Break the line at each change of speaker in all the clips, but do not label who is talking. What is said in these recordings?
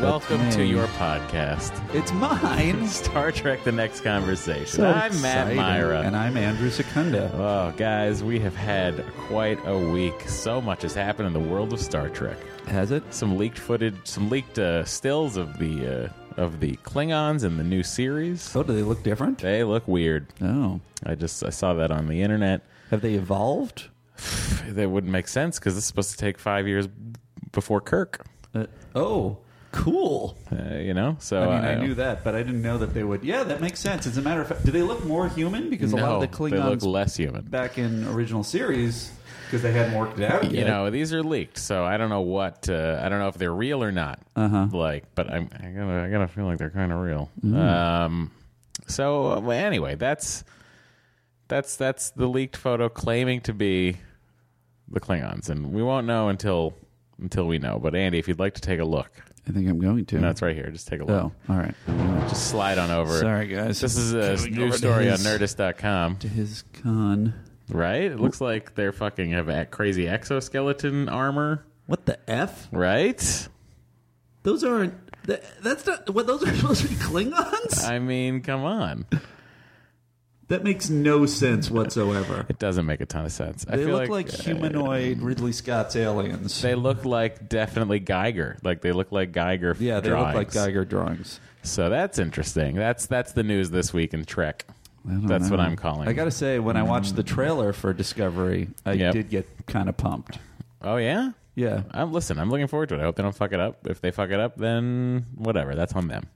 welcome to
me.
your podcast,
It's mine.
Star Trek The Next Conversation.
So
I'm Matt
exciting.
Myra.
And I'm Andrew Secunda.
Oh, guys, we have had quite a week. So much has happened in the world of Star Trek.
Has it?
Some leaked footage, some leaked uh, stills of the uh, of the Klingons in the new series.
Oh, do they look different?
They look weird.
Oh.
I just I saw that on the internet.
Have they evolved?
That wouldn't make sense because this is supposed to take five years before Kirk.
Uh, oh, cool.
Uh, you know, so
I mean, I
don't-
knew that, but I didn't know that they would. Yeah, that makes sense. As a matter of fact, do they look more human? Because a lot of
No,
the
they
Klingons
look less human.
back in original series, because they hadn't worked it out yet.
you know these are leaked so i don't know what uh, i don't know if they're real or not uh-huh. like but i'm i gotta i gotta feel like they're kind of real um so well, anyway that's that's that's the leaked photo claiming to be the klingons and we won't know until until we know but andy if you'd like to take a look
I think I'm going to.
that's right here just take a look
Oh, all right.
just slide on over
Sorry, guys.
this is a
Going
new
over to
story on
his-
nerdist.com
to his con.
right it looks like they're fucking have a crazy exoskeleton armor
What the f?
right
Those aren't. th- That's not what those are supposed to be Klingons.
I mean, come on.
That makes no sense whatsoever.
It doesn't make a ton of sense. I
They
feel
look like,
uh,
humanoid Ridley Scott's aliens.
they look like definitely Geiger. Like they look like Geiger.
yeah, they
drawings.
look like Geiger drawings.
So that's interesting. That's that's the news this week in Trek.
I don't
That's what
know.
I'm calling.
Mm-hmm. I gotta say, when I watched the trailer for Discovery, I
Yep.
did get kind of pumped.
oh yeah.
Yeah,
I'm listen. I'm looking forward to it. I hope they don't fuck it up. If they fuck it up, then whatever. That's on them.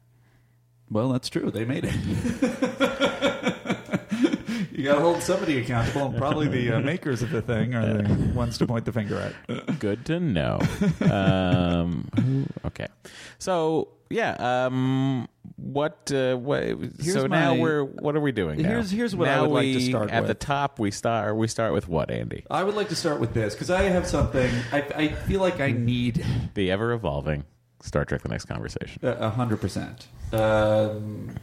well, that's true. They made it. you gotta hold somebody accountable, and probably the uh, makers of the thing are the ones to point the finger at.
Good to know. um, who- okay. So yeah. Um, what? Uh, what so now
my-
we're. What are we doing? now?
Here's- here's what I
Now
would like to
we-
start
at the
with.
top. We start. We start with what, Andy?
I would like to start with this because I have something. I, I feel like I need
The ever evolving Star Trek: The Next Conversation.
a hundred percent. Um,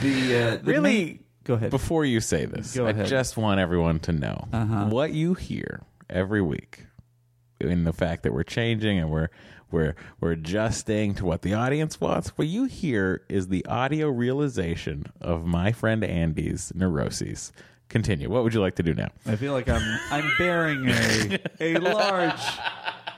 The uh, the
Really?
main- go ahead.
Before you say this,
Go
I
ahead. Uh-huh.
just want everyone to know what you hear every week. In the fact that we're changing and we're we're we're adjusting to what the audience wants, what you hear is the audio realization of my friend Andy's neuroses. Continue. What would you like to do now?
I feel like I'm I'm bearing a a large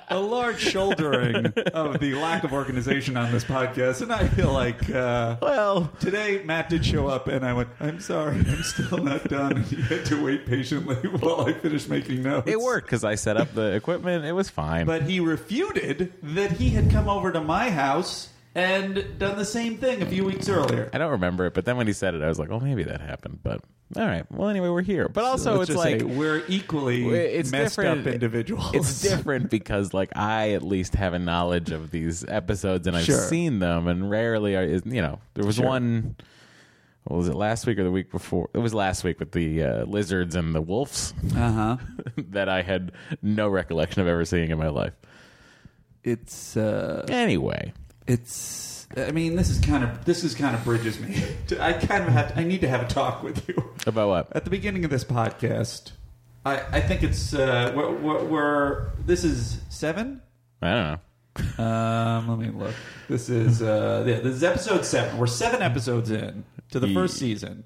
a large shouldering of the lack of organization on this podcast, and I feel like uh,
Well,
today Matt did show up, and I went, "I'm sorry, I'm still not done." And he had to wait patiently while I finished making notes.
it worked because I set up the equipment. It was fine.
but he refuted that he had come over to my house and done the same thing a few weeks earlier.
I don't remember it, but then when he said it, I was like, "Oh, maybe that happened." But all right. Well, anyway, we're here. But also,
Let's
it's
just
like
say we're equally
it's
messed
different.
up individuals.
it's different because, like, I at least have a knowledge of these episodes and I've
Sure.
seen them, and rarely are is- you know there was
Sure.
one. What was it last week or the week before? It was last week with the uh, lizards and the wolves
Uh huh.
that I had no recollection of ever seeing in my life.
It's uh,
Anyway,
it's. I mean, this is kind of this is kind of bridges me. to- I kind of have. To, I need to have a talk with you
about what?
at the beginning of this podcast. I I think it's uh, we're, we're, we're this is seven.
I don't know.
Um, let me look. This is uh, yeah, this is episode seven. We're seven episodes in to the first season.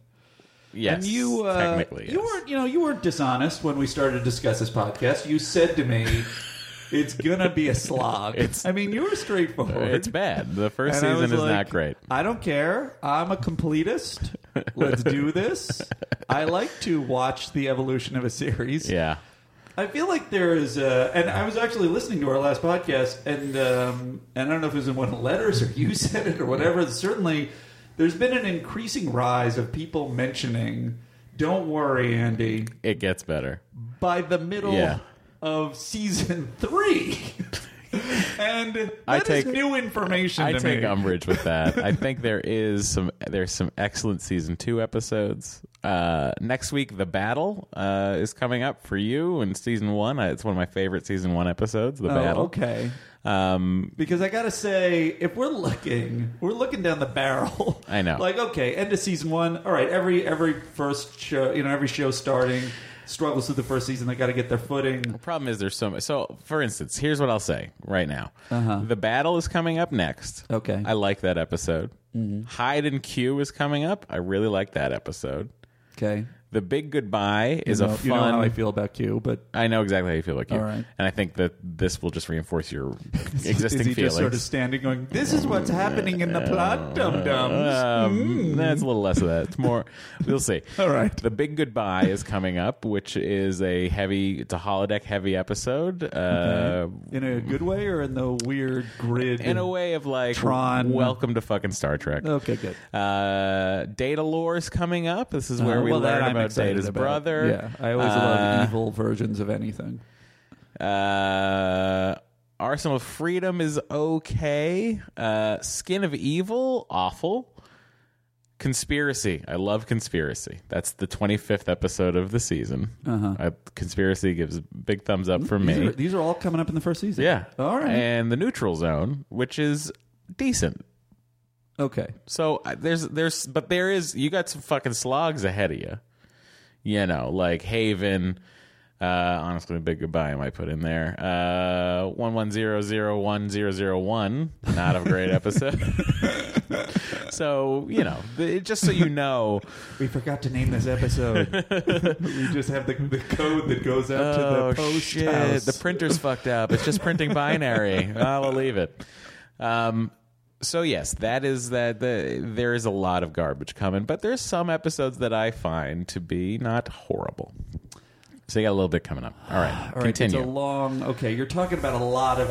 Yes,
and you uh,
technically,
you
yes.
weren't you know you weren't dishonest when we started to discuss this podcast. You said to me, "It's gonna be a slog."
It's-
I mean, you were straightforward.
It's bad. The first
And I
season
was
is
like,
not great.
I don't care. I'm a completist. Let's do this. I like to watch the evolution of a series.
Yeah.
I feel like there is, a, and I was actually listening to our last podcast, and um, and I don't know if it was in one of the letters or you said it or whatever. Certainly, there's been an increasing rise of people mentioning, "Don't worry, Andy."
It gets better.
By the middle
Yeah.
of season three, and that is
I take-
new information
I
to
take
me.
umbrage with that. I think there is some there's some excellent season two episodes. Uh, next week, the battle uh, is coming up for you in season one. Uh, It's one of my favorite season one episodes. The
Oh,
battle.
okay.
Um,
Because I gotta say, if we're looking, we're looking down the barrel.
I know.
Like, okay, end of season one. All right, every every first show, you know, every show starting struggles through the first season. They got to get their footing.
problem is there's so much. So, for instance, here's what I'll say right now. Uh-huh. The battle is coming up next.
Okay. Mm-hmm.
I like that episode. Hide and Q is coming up. I really like that episode.
Okay,
The Big Goodbye is
you
a
know,
fun.
you know how I feel about Q, but
I know exactly how you feel about you,
All right.
and I think that this will just reinforce your
is
existing
he
feelings. Uh,
just sort of standing, going, "This is what's happening in the plot, dum dums."
Um, That's a little less of that. It's more. We'll see.
Hmm. All right.
The big goodbye is coming up, which is a heavy. It's a holodeck heavy episode. Uh,
in a good way or in the weird grid?
In a way of like
Tron.
Welcome to fucking Star Trek.
Okay, good.
Uh, data lore is coming up. This is where
Uh,
we
well, that
learn
I'm
about
excited
Data's
about.
brother.
Yeah, I always
Uh,
love evil versions of anything.
Uh, Arsenal of Freedom is okay. Uh, Skin of Evil, awful. Conspiracy. I love Conspiracy. That's the 25th episode of the season. Uh-huh. conspiracy gives a big thumbs up for
These
me.
are, these are all coming up in the first season.
yeah.
All right.
And the Neutral Zone, which is decent.
Okay.
So I- there's there's but there is you got some fucking slogs ahead of you. You know, like Haven. Uh, honestly, a big goodbye I might put in there. Uh, one one zero zero one zero zero one. Not a great episode. so you know, the, just so you know,
We forgot to name this episode. we just have the, the code that goes out
oh
to the post
shit,
house.
the printer's fucked up. It's just printing binary. I'll leave it. Um, so yes, that is that. The, there is a lot of garbage coming, but there's some episodes that I find to be not horrible. So you got a little bit coming up. All right,
All right,
continue.
It's a long. Okay, you're talking about a lot of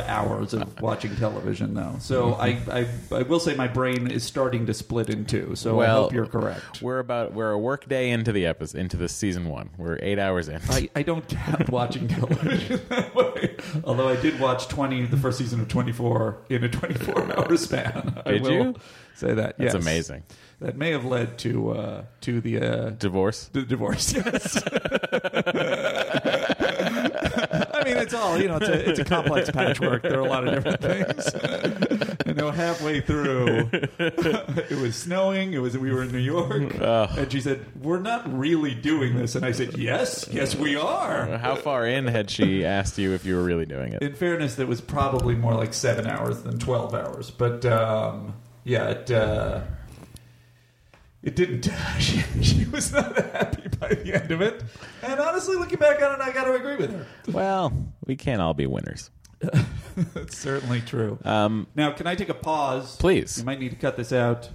hours of watching television, though. So I,
Mm-hmm.
I, I will say my brain is starting to split in two. So I
Well,
hope you're correct.
We're about we're a work day into the episode into the season one. We're eight hours in.
I, I don't count watching television that way. Although I did watch 20, the first season of 24 in a 24 hour span. I
Did
will
you?
Say that.
That's
yes.
amazing.
That may have led to uh, to the uh,
Divorce.
The divorce, yes. I mean, it's all you know. It's a, it's a complex patchwork. There are a lot of different things. and know, halfway through, it was snowing. It was we were in New York, and she said, "We're not really doing this." And I said, "Yes, yes, we are."
How far in had she asked you if you were really doing it?
In fairness, that was probably more like seven hours than twelve hours. But um, yeah, it uh, it didn't. she, she was not happy by the end of it. And honestly, looking back on it, I got to agree with her.
Well, we can't all be winners.
That's certainly true.
Um,
now, can I take a pause?
Please.
You might need to cut this out.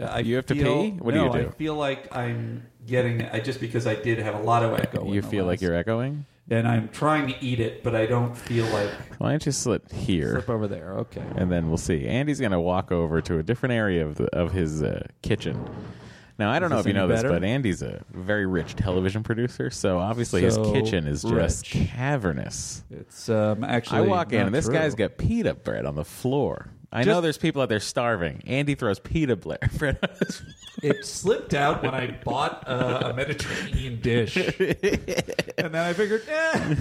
Uh, I
You have to
feel-
pee? What do
no,
you do?
I feel like I'm getting. I just because I did have a lot of echo. in
you
the
feel like
last-
you're echoing.
And I'm trying to eat it, but I don't feel like.
Why don't you slip here,
Flip over there. Okay.
and then we'll see. Andy's going to walk over to a different area of the, of his uh, kitchen. Now I don't know
this
if you know
any
this,
better?
but Andy's a very rich television producer, so obviously
So
his kitchen is just
rich.
cavernous.
It's um, actually.
I walk in,
not
and this
true.
guy's got pita bread on the floor. I
Just-
know there's people out there starving. Andy throws pita bread. bread on his floor.
It slipped out when I bought uh, a Mediterranean dish, and then I figured, eh,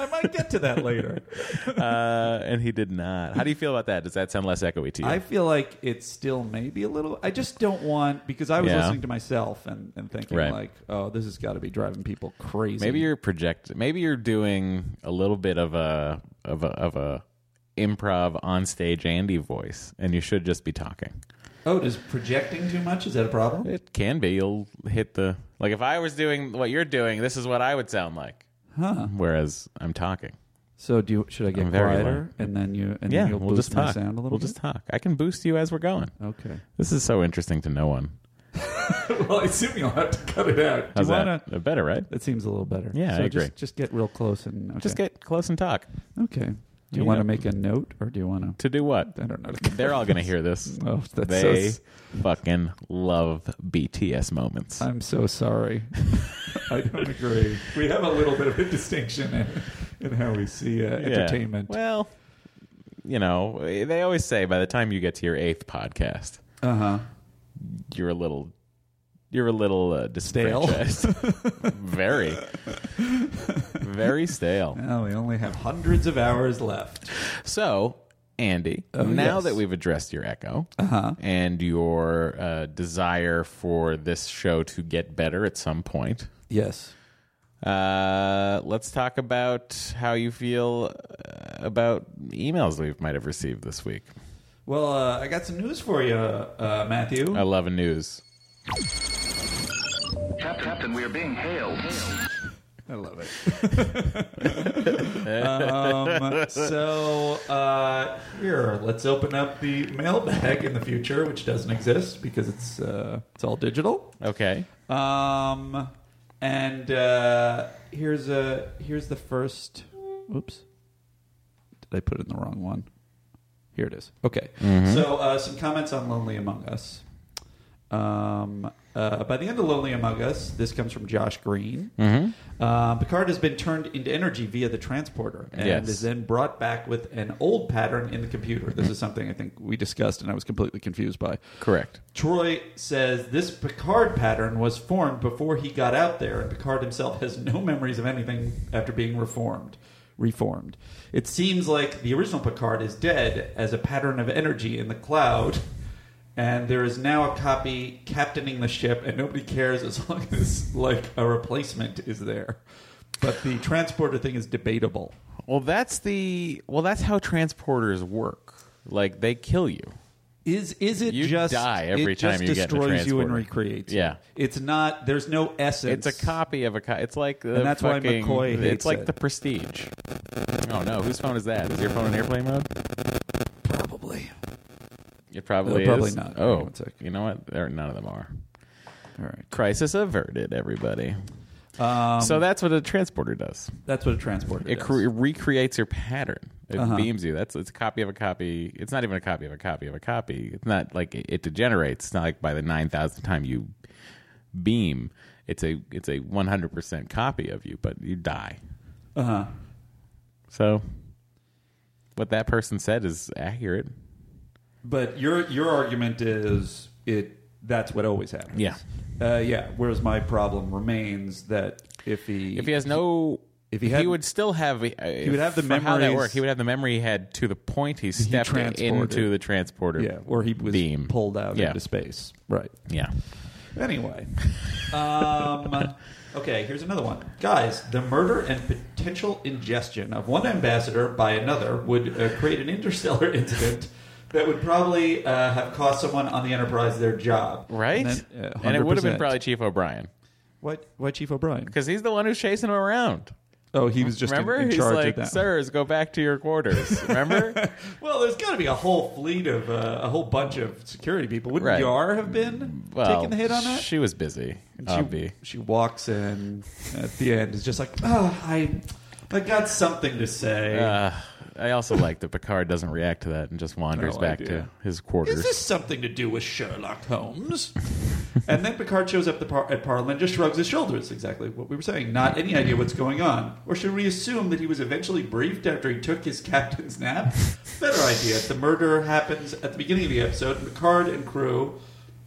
I might get to that later.
uh, and he did not. How do you feel about that? Does that sound less echoey to you?
I feel like it's still maybe a little. I just don't want because I was
Yeah.
listening to myself and, and thinking
Right.
like, oh, this has got to be driving people crazy.
Maybe you're project. Maybe you're doing a little bit of a of a of a improv on stage Andy voice, and you should just be talking.
oh, does projecting too much? Is that a problem?
It can be. You'll hit the like. If I was doing what you're doing, this is what I would sound like.
Huh.
Whereas I'm talking.
So do you, should I get
I'm very
quieter and then you and
Yeah,
then you'll
we'll
boost
just
my
talk.
sound a little
we'll
bit?
just talk. I can boost you as we're going.
okay.
This is so interesting to no one.
well, I assume you'll have to cut it out.
How's
do you
that?
wanna?
Uh, Better, right?
That seems a little better.
Yeah, I
so
agree.
Just, just get real close and okay.
Just get close and talk.
okay. Do you
You
want
know.
to make a note or do you want to?
To do what?
I don't know.
They're all going to hear this.
Oh, that's so
they
s-
fucking love BTS moments.
I'm so sorry. I don't agree. We have a little bit of a distinction in, in how we see uh, entertainment.
Well, you know, they always say by the time you get to your eighth podcast,
Uh huh.
you're a little you're a little uh, disenfranchised. very, very stale.
Well, we only have hundreds of hours left.
So, Andy, now
yes.
that we've addressed your echo
Uh-huh.
and your uh, desire for this show to get better at some point,
Yes.
uh, let's talk about how you feel uh, about emails we might have received this week.
Well, uh, I got some news for you, uh, Matthew.
I love a news.
Cap- Captain, we are being hailed.
I love it. um, so uh, here, let's open up the mailbag in the future, which doesn't exist because it's uh, it's all digital.
Okay.
Um, and uh, here's a here's the first. Oops, did I put it in the wrong one? Here it is. Okay. So uh, some comments on Lonely Among Us. Um, uh, by the end of Lonely Among Us, this comes from Josh Green. Uh, Picard has been turned into energy via the transporter and
Yes.
is then brought back with an old pattern in the computer. This is something I think we discussed and I was completely confused by.
Correct.
Troy says this Picard pattern was formed before he got out there, and Picard himself has no memories of anything after being reformed. Reformed. It seems like the original Picard is dead as a pattern of energy in the cloud, and there is now a copy captaining the ship, and nobody cares as long as like a replacement is there. But the transporter thing is debatable.
Well, that's the well, that's how transporters work. Like they kill you.
Is is it
You
just
die every
it
time
just
you get in a
destroys you and
transporter.
recreates? you.
Yeah.
it's not. There's no essence.
It's a copy of a. Co- it's like the
And that's why
fucking-
McCoy
It's
hates
like
it.
the Prestige. Oh no, whose phone is that? Is your phone in airplane mode?
Probably.
It probably
Uh, probably
is.
not. Give me
Oh,
one sec.
you know what? There, none of them are.
All right.
Crisis averted, everybody.
Um,
so that's what a transporter does.
that's what a transporter
It
does.
cre- recreates your pattern. It
Uh-huh.
beams you. That's it's a copy of a copy. It's not even a copy of a copy of a copy. It's not like it, it degenerates. It's not like by the nine thousandth time you beam, it's a it's a one hundred percent copy of you, but you die.
Uh-huh.
So what that person said is accurate.
But your your argument is it that's what always happens.
Yeah.
Uh, yeah. Whereas my problem remains that if he
If he has no,
If he had-
would still have, he
would have the
How that
memories-
worked, he would have the memory he had to the point he stepped
transported.
into the transporter.
yeah, or he was
Beam.
pulled out
Yeah.
into space. Right.
yeah.
Anyway. um, okay, here's another one. Guys, the murder and potential ingestion of one ambassador by another would uh, create an interstellar incident that would probably uh, have cost someone on the Enterprise their job.
Right,
And, then, uh,
and it would have been
100%.
probably Chief O'Brien
Why, why Chief O'Brien?
because he's the one who's chasing him around.
Oh, he was just in-
Remember,
in,
he's
charge
like,
of that.
"Sirs, go back to your quarters." Remember,
Well, there's got to be a whole fleet of uh, a whole bunch of security people. Wouldn't
Right.
Yar have been
well,
taking the hit on that?
She was busy.
she,
Obvi.
she walks in at the end is just like oh, i i got something to say
Uh, I also like that Picard doesn't react to that and just wanders
No
back
idea.
to his quarters.
is this something to do with sherlock holmes and then picard shows up the par- at parliament just shrugs his shoulders exactly what we were saying not any idea what's going on or should we assume that he was eventually briefed after he took his captain's nap better idea the murder happens at the beginning of the episode and picard and crew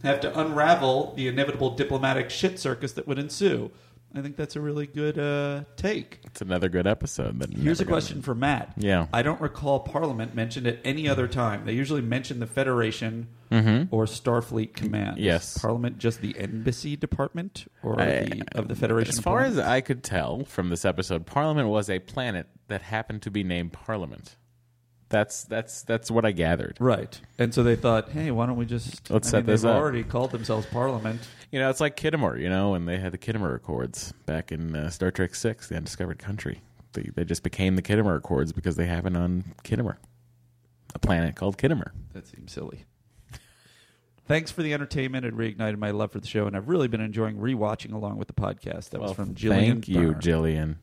have to unravel the inevitable diplomatic shit circus that would ensue i think that's a really good uh, take
it's another good episode. That
Here's
never
a
got-
question for Matt.
Yeah.
I don't recall Parliament mentioned at any other time. They usually mention the Federation or Starfleet Command.
Mm-hmm. Yes.
Parliament just the embassy department or
I-
the, of the Federation?
As
of
far as
Parliament?
I could tell from this episode, Parliament was a planet that happened to be named Parliament. That's that's that's what I gathered.
right, and so they thought, hey, why don't we just
Let's
I
set
mean,
this
they've
up.
already called themselves Parliament.
You know, it's like Kittimer. You know, when they had the Kittimer Accords back in uh, Star Trek Six, The Undiscovered Country. They, they just became the Kittimer Accords because they happened on Kittimer, a planet called Kittimer.
That seems silly. Thanks for the entertainment. It reignited my love for the show, and I've really been enjoying rewatching along with the podcast. That was from Jillian.
Thank you,
Byrne.
Jillian.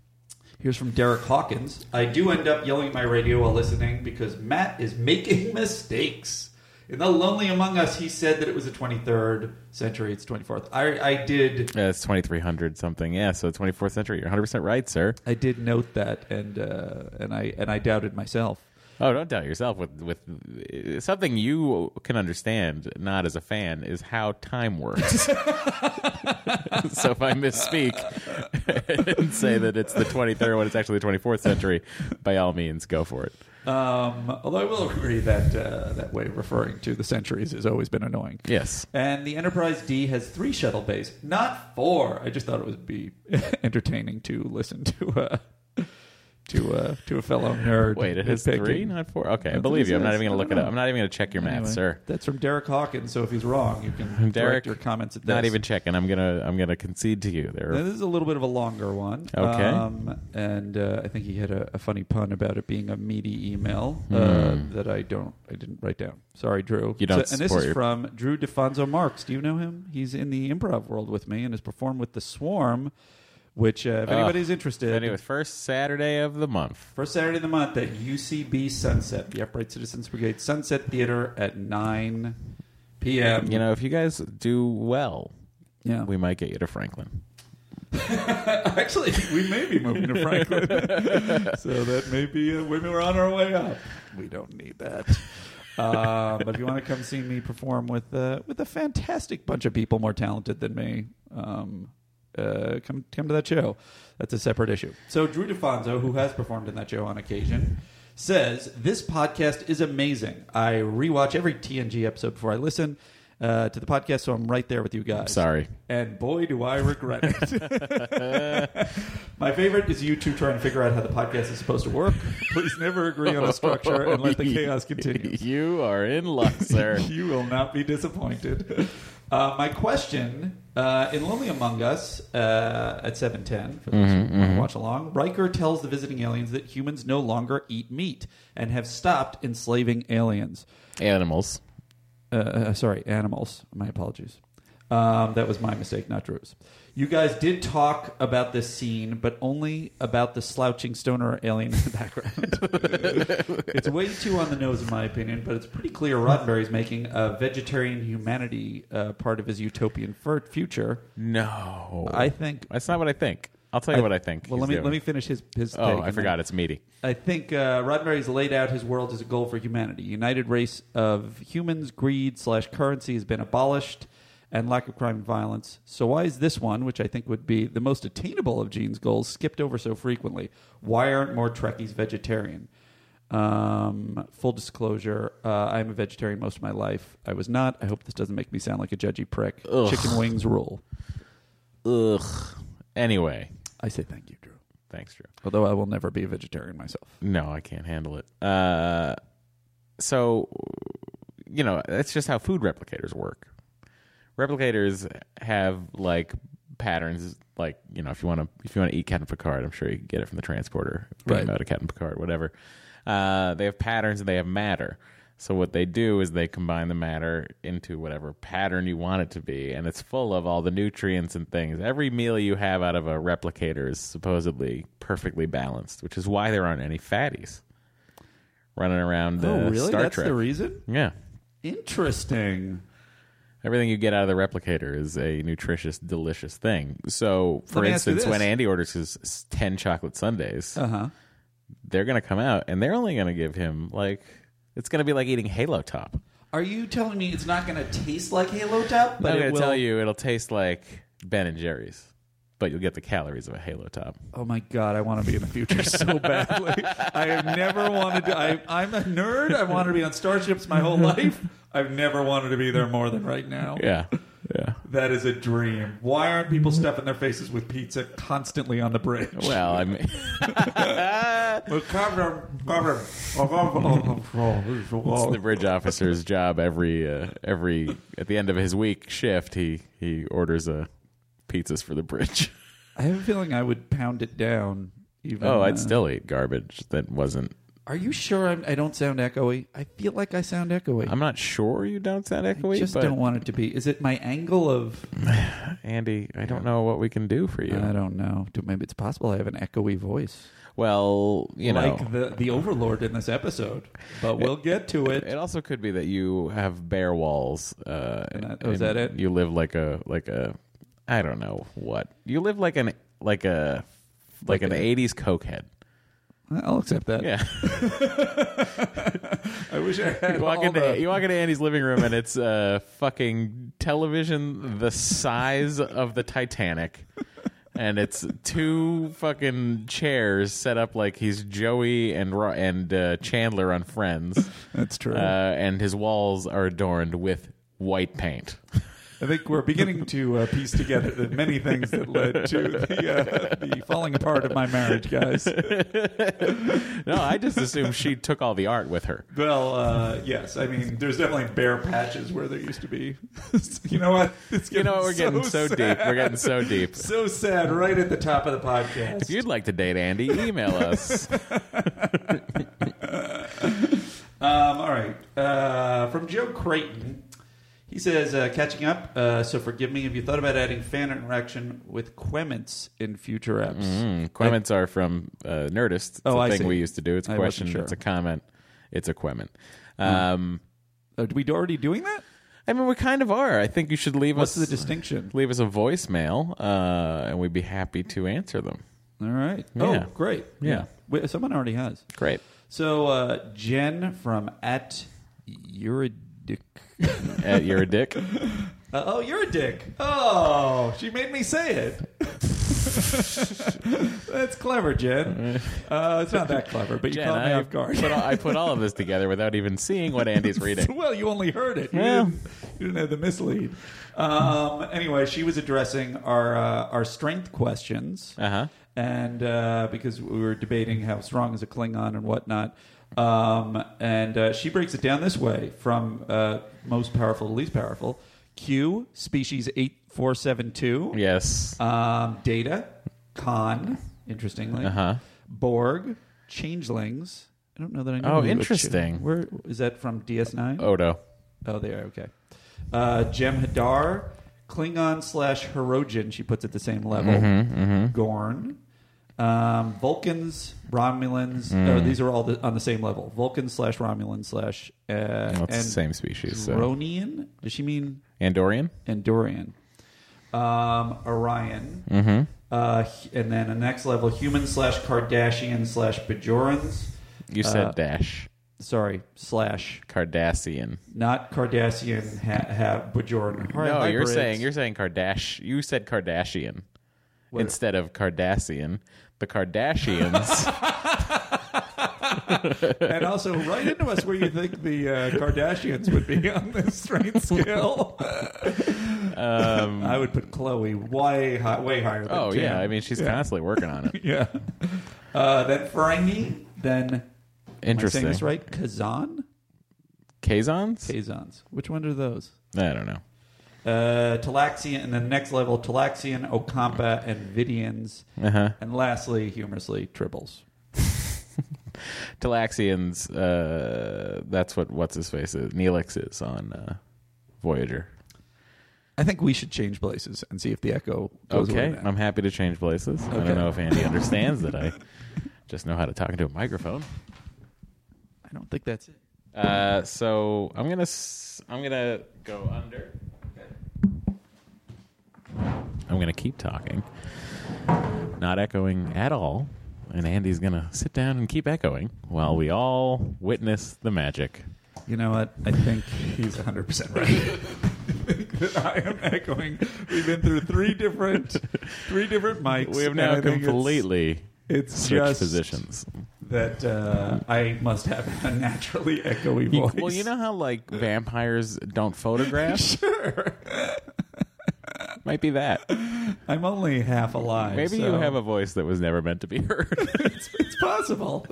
Here's from Derek Hawkins. I do end up yelling at my radio while listening because Matt is making mistakes. In The Lonely Among Us, he said that it was the 23rd century. It's 24th. I, I did
Yeah, it's twenty three hundred something. Yeah, so twenty fourth century. You're one hundred percent right, sir.
I did note that, and uh, and I and I doubted myself.
Oh, don't doubt yourself. With with something you can understand, not as a fan, is how time works. so if I misspeak and say that it's the 23rd when it's actually the 24th century, by all means, go for it.
Um, although I will agree that uh, that way of referring to the centuries has always been annoying.
Yes.
And the Enterprise D has three shuttle bays, not four. I just thought it would be entertaining to listen to uh, to uh, to a fellow nerd.
Wait, it has
nitpicking.
three, not four. Okay, I
That's
believe
what
you. I'm
it
not
says.
even going
I
to look
don't
it up.
know.
I'm not even going to check your math,
Anyway,
sir.
That's from Derek Hawkins. So if he's wrong, you can
Derek,
direct your comments at this.
Not even checking. I'm gonna. I'm gonna concede to you. There.
Now, this is a little bit of a longer one.
Okay.
Um, and uh, I think he had a, a funny pun about it being a meaty email uh, that I don't, I didn't write down. Sorry, Drew.
Hmm. You don't
and this
support
is
your-
from Drew DeFonso Marks. Do you know him? He's in the improv world with me and has performed with The Swarm, which, uh, if anybody's interested,
Anyway, first Saturday of the month.
First Saturday of the month at UCB Sunset, the Upright Citizens Brigade Sunset Theater at 9 p.m.
You know, if you guys do well,
yeah.
we might get you to Franklin.
Actually, we may be moving to Franklin, so that may be uh, when we're on our way up. We don't need that. Uh, but if you want to come see me perform with uh, with a fantastic bunch of people more talented than me, um, uh, come come to that show. That's a separate issue. So Drew DeFonso, who has performed in that show on occasion, says this podcast is amazing. I rewatch every TNG episode before I listen uh, to the podcast, so I'm right there with you guys.
Sorry.
And boy, do I regret it. My favorite is you two trying to figure out how the podcast is supposed to work. Please never agree on a structure and let the chaos continue.
you are in luck, sir.
You will not be disappointed. Uh, my question uh, in Lonely Among Us uh, at 710, for those who want to watch along, Riker tells the visiting aliens that humans no longer eat meat and have stopped enslaving aliens.
Animals.
uh, uh, sorry, animals. My apologies. Um, that was my mistake, not Drew's. You guys did talk about this scene, but only about the slouching stoner alien in the background. it's way too on the nose, in my opinion, but it's pretty clear Roddenberry's making a vegetarian humanity uh, part of his utopian fur- future.
No.
I think.
That's not what I think. I'll tell you what I think.
Well,
he's
let me
doing.
let me finish his his.
Oh,
take
I
and
forgot.
then-
It's meaty.
I think uh, Roddenberry's laid out his world as a goal for humanity. United race of humans, greed slash currency has been abolished, and lack of crime and violence. So why is this one, which I think would be the most attainable of Gene's goals, skipped over so frequently? Why aren't more Trekkies vegetarian? Um, full disclosure: uh, I'm a vegetarian most of my life. I was not. I hope this doesn't make me sound like a judgy prick. Chicken wings rule.
Ugh. Anyway,
I say thank you, Drew.
thanks, Drew.
Although I will never be a vegetarian myself.
No, I can't handle it. Uh, so, you know, that's just how food replicators work. Replicators have like patterns, like you know, if you want to, if you want to eat Captain Picard, I'm sure you can get it from the transporter,
Right.
Out of Captain Picard, whatever. Uh, they have patterns and they have matter. So what they do is they combine the matter into whatever pattern you want it to be, and it's full of all the nutrients and things. Every meal you have out of a replicator is supposedly perfectly balanced, which is why there aren't any fatties running around the
oh, really?
Star
That's
Trek.
the reason.
yeah,
Interesting.
Everything you get out of the replicator is a nutritious, delicious thing. So, for
me ask you
instance, when
this.
Andy orders his s- 10 chocolate sundaes,
Uh huh.
they're going to come out and they're only going to give him like it's going to be like eating Halo Top.
Are you telling me it's not going to taste like Halo Top?
I'm going
it
to
will.
tell you it'll taste like Ben and Jerry's, but you'll get the calories of a Halo Top.
Oh my god, I want to be in the future so badly. I have never wanted to. I, I'm a nerd. I wanted to be on starships my whole life. I've never wanted to be there more than right now.
Yeah. Yeah.
That is a dream. Why aren't people stuffing their faces with pizza constantly on the bridge?
Well, I mean,
Well, cover 'em, cover 'em. Oh, oh, oh, oh, oh,
it's
oh.
the bridge officer's job every uh, every at the end of his week shift, he he orders a pizzas for the bridge.
I have a feeling I would pound it down. Even
Oh,
uh,
I'd still eat garbage that wasn't
Are you sure I'm, I don't sound echoey? I feel like I sound echoey.
I'm not sure you don't sound echoey,
just
but
don't want it to be. Is it my angle of?
Andy, I don't know what we can do for you.
I don't know. Dude, Maybe it's possible I have an echoey voice,
well, you know,
like the the Overlord in this episode. But we'll get to it.
it also could be that you have bare walls. Uh,
And that- oh, is that it?
You live like a like a, I don't know what. You live like an like a like,
Like
an
a-
'80s cokehead.
I'll accept that.
Yeah.
I wish I had
You walk,
all
into,
the-
you walk into Andy's living room and it's a fucking television the size of the Titanic. And it's two fucking chairs set up like he's Joey and Ro- and uh, Chandler on Friends,
That's true.
uh, and his walls are adorned with white paint.
I think we're beginning to uh, piece together the many things that led to the, uh, the falling apart of my marriage, guys.
No, I just assume she took all the art with her.
Well, uh, yes, I mean, there's definitely bare patches where there used to be. you know what? It's
You know what? We're getting so, deep. We're getting so
sad.
deep.
so sad right at the top of the podcast.
If you'd like to date Andy, email us.
Um, all right. Uh, from Joe Creighton. He says, uh, catching up, uh, so forgive me if you thought about adding fan interaction with Quements in future apps. Uh,
Mm, Quements are from uh, Nerdist. It's
Oh,
a
I
thing
see.
we used to do. It's a
I wasn't
question.
sure. Hmm.
It's a comment. It's a quement. Um,
Are uh, we already doing that?
I mean, we kind of are. I think you should leave
What's the
us
distinction?
leave us a voicemail, uh, and we'd be happy to answer them.
All right.
Yeah.
Oh, great.
Yeah.
Wait, uh, someone already has.
Great.
So uh, Jen from at you're a dick. Uh,
Uh, you're a dick.
oh, you're a dick. Oh, she made me say it. That's clever, Jen. Uh, it's not that clever, but you
Jen,
caught me
I,
off guard.
put all, I put all of this together without even seeing what Andy's reading.
well, you only heard it. You,
Yeah.
didn't, you didn't have the mislead. Um, anyway, she was addressing our uh, our strength questions,
Uh-huh.
and uh, because we were debating how strong is a Klingon and whatnot. Um, and uh, she breaks it down this way: from uh, most powerful to least powerful. Q species eight four seven two.
Yes.
Um, Data, Khan, interestingly.
Uh-huh.
Borg, Changelings. I don't know that I know.
Oh,
who it-
interesting.
Where is that from? DS9.
Odo.
Oh, they are okay. Uh, Jem Hadar, Klingon slash Herogen. She puts at the same level.
Mm-hmm,
Gorn, um, Vulcans, Romulans.
Mm.
Oh, these are all the, on the same level. Vulcan slash Romulan slash. Uh,
That's
and
the same species. So.
Dronian. Does she mean
Andorian.
and Dorian, um, Orion,
Mm-hmm.
uh, h- and then the next level human slash Kardashian slash Bajorans.
You
Uh,
said dash
Sorry, slash
Cardassian.
not Kardashian ha- ha- Bajoran.
No,
Hi-
you're
hybrids.
saying you're saying Kardash. You said Kardashian
What-
instead of Cardassian. The Kardashians.
and also write into us where you think the uh, Kardashians would be on this strength scale. I would put Chloe way high, way higher. Than
Um, oh
Jan.
yeah, I mean she's constantly working on it.
yeah. Uh, then Ferengi, then am I
Interesting.
saying this right? Kazan,
Kazons?
Kazans. Which one are those?
I don't know.
uh, Talaxian, and then next level Talaxian, Okampa, and Vidians,
Uh-huh.
and lastly, humorously, Tribbles.
Talaxians. Uh, that's what what's his face is. Neelix is on uh, Voyager.
I think we should change places and see if the echo goes
Okay,
away now.
I'm happy to change places. I
Okay.
don't know if Andy understands that I just know how to talk into a microphone.
I don't think that's it.
Uh, so I'm gonna s- I'm gonna go under. I'm gonna keep talking, not echoing at all, and Andy's gonna sit down and keep echoing while we all witness the magic.
You know what? I think
He's 100% right.
that I am echoing. We've been through three different, three different mics.
We have
and
now
I think it's
completely
it's
switched
just-
positions.
that uh, I must have a naturally echoey
You-
voice.
well, you know how like vampires don't photograph. sure, might be that.
I'm only half alive.
Maybe you have a voice that was never meant to be heard.
it's, it's possible.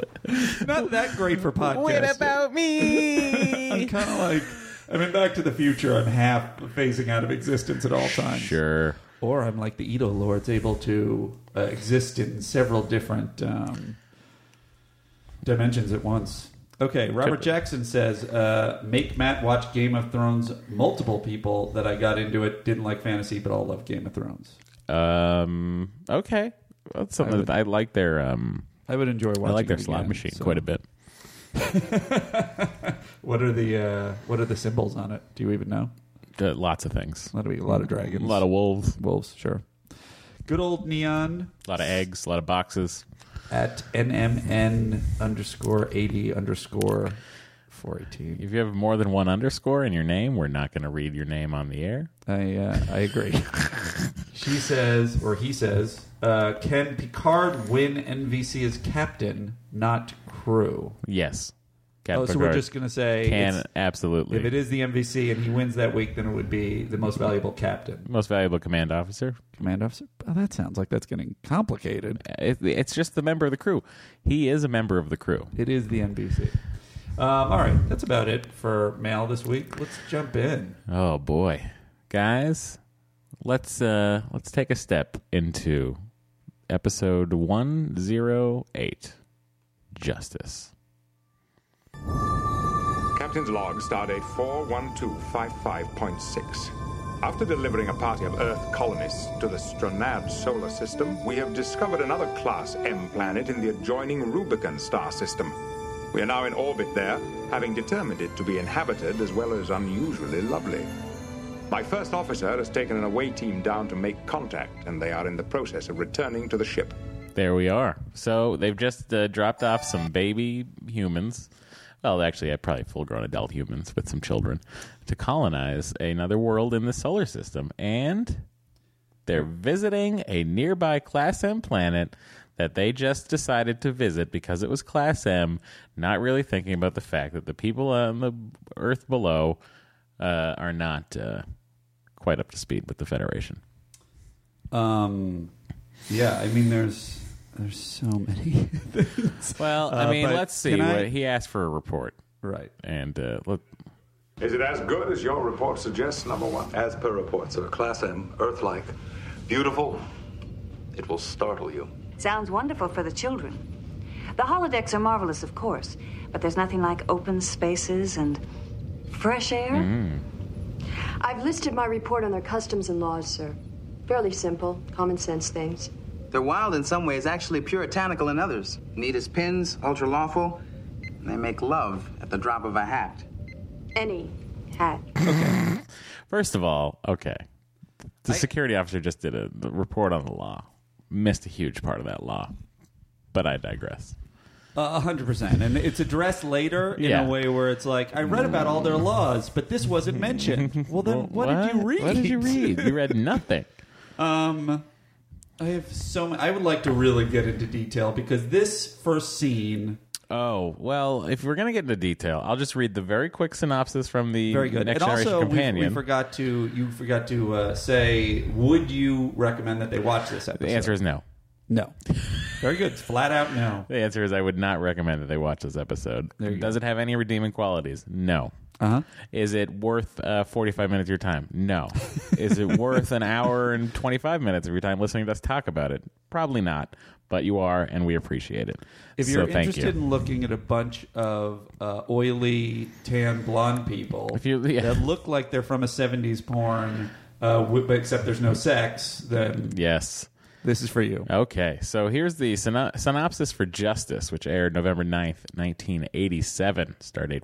Not that great for podcasting. I'm
me?
kind of like. I'm in Back to the Future. I'm half phasing out of existence at all times.
sure.
Or I'm like the Edo Lords, able to uh, exist in several different um, dimensions at once. Okay, Robert Jackson says, uh, make Matt watch Game of Thrones. Multiple people that I got into it didn't like fantasy, but all love Game of Thrones.
Um. Okay. That's something that I like their um.
I would enjoy watching
I like their
it
slot
again,
machine
so-
quite a bit.
What are the uh, what are the symbols on it? Do you even know?
Uh, lots of things.
That'll be a lot of
A
dragons.
lot of wolves.
Wolves, sure. Good old neon.
A lot of eggs. A lot of boxes.
at NMN underscore 80 underscore 418.
If you have more than one underscore in your name, we're not going to read your name on the air.
I, uh, I agree. she says, or he says, uh, can Picard win NVC as captain, not crew?
Yes. Captain
Oh, so we're
Picard
just going to say
can
it's-
absolutely.
if it is the MVC and he wins that week, then it would be the most valuable captain.
Most valuable command officer.
Command officer. Oh, that sounds like that's getting complicated.
It, it's just the member of the crew. He is a member of the crew.
It is the NBC. Um, all right, that's about it for mail this week. Let's jump in.
Oh boy, guys, let's uh let's take a step into episode one zero eight, justice.
Captain's log, stardate 41255.6. After delivering a party of Earth colonists to the Stranad solar system, we have discovered another Class M planet in the adjoining Rubicon star system. We are now in orbit there, having determined it to be inhabited as well as unusually lovely. My first officer has taken an away team down to make contact, and they are in the process of returning to the ship.
There we are. So they've just uh, dropped off some baby humans. Well, actually, uh, probably full-grown adult humans with some children to colonize another world in the solar system, and they're visiting a nearby Class M planet that they just decided to visit because it was Class M. Not really thinking about the fact that the people on the Earth below uh, are not uh, quite up to speed with the Federation.
Um, yeah, I mean, there's
There's so many.
Well, I mean,
Uh, but
let's see.
can I-
What- he asked for a report.
right.
and uh, look,
Is it as good as your report suggests, number one?
As per report, sir, Class M, Earth like. Beautiful. It will startle you.
Sounds wonderful for the children. The holodecks are marvelous, of course, but there's nothing like open spaces and fresh air.
I've listed my report on their customs and laws, sir. Fairly simple, common sense things.
They're wild in some ways, actually puritanical in others. Neat as pins, ultra lawful. and They make love at the drop of a hat.
Any hat.
first of all, okay, the security officer just did a the report on the law, missed a huge part of that law, but I digress.
A hundred percent, and it's addressed later in
Yeah.
a way where it's like I read about all their laws, but this wasn't mentioned. Well, then what, did you read?
What did you read? you read nothing.
Um, I have so. Many, I would like to really get into detail because this first scene
Oh well, if we're gonna get into detail, I'll just read the very quick synopsis from the
very good.
Next
and
Generation
also, we,
Companion.
we forgot to you forgot to uh, say. Would you recommend that they watch this episode?
the answer is no.
no.
very good. Flat out no.
The answer is I would not recommend that they watch this episode. Does it have any redeeming qualities? No. Uh-huh. Is it worth uh, 45 minutes of your time? No. is it worth an hour and 25 minutes of your time listening to us talk about it? Probably not, but you are, and we appreciate it.
If you're
so thank
interested
you.
in looking at a bunch of uh, oily, tan, blonde people
If you- yeah.
that look like they're from a '70s porn, uh, wi- but except there's no sex, then
yes.
This is for you.
Okay, so here's the syno- synopsis for Justice, which aired November 9th, 1987, stardate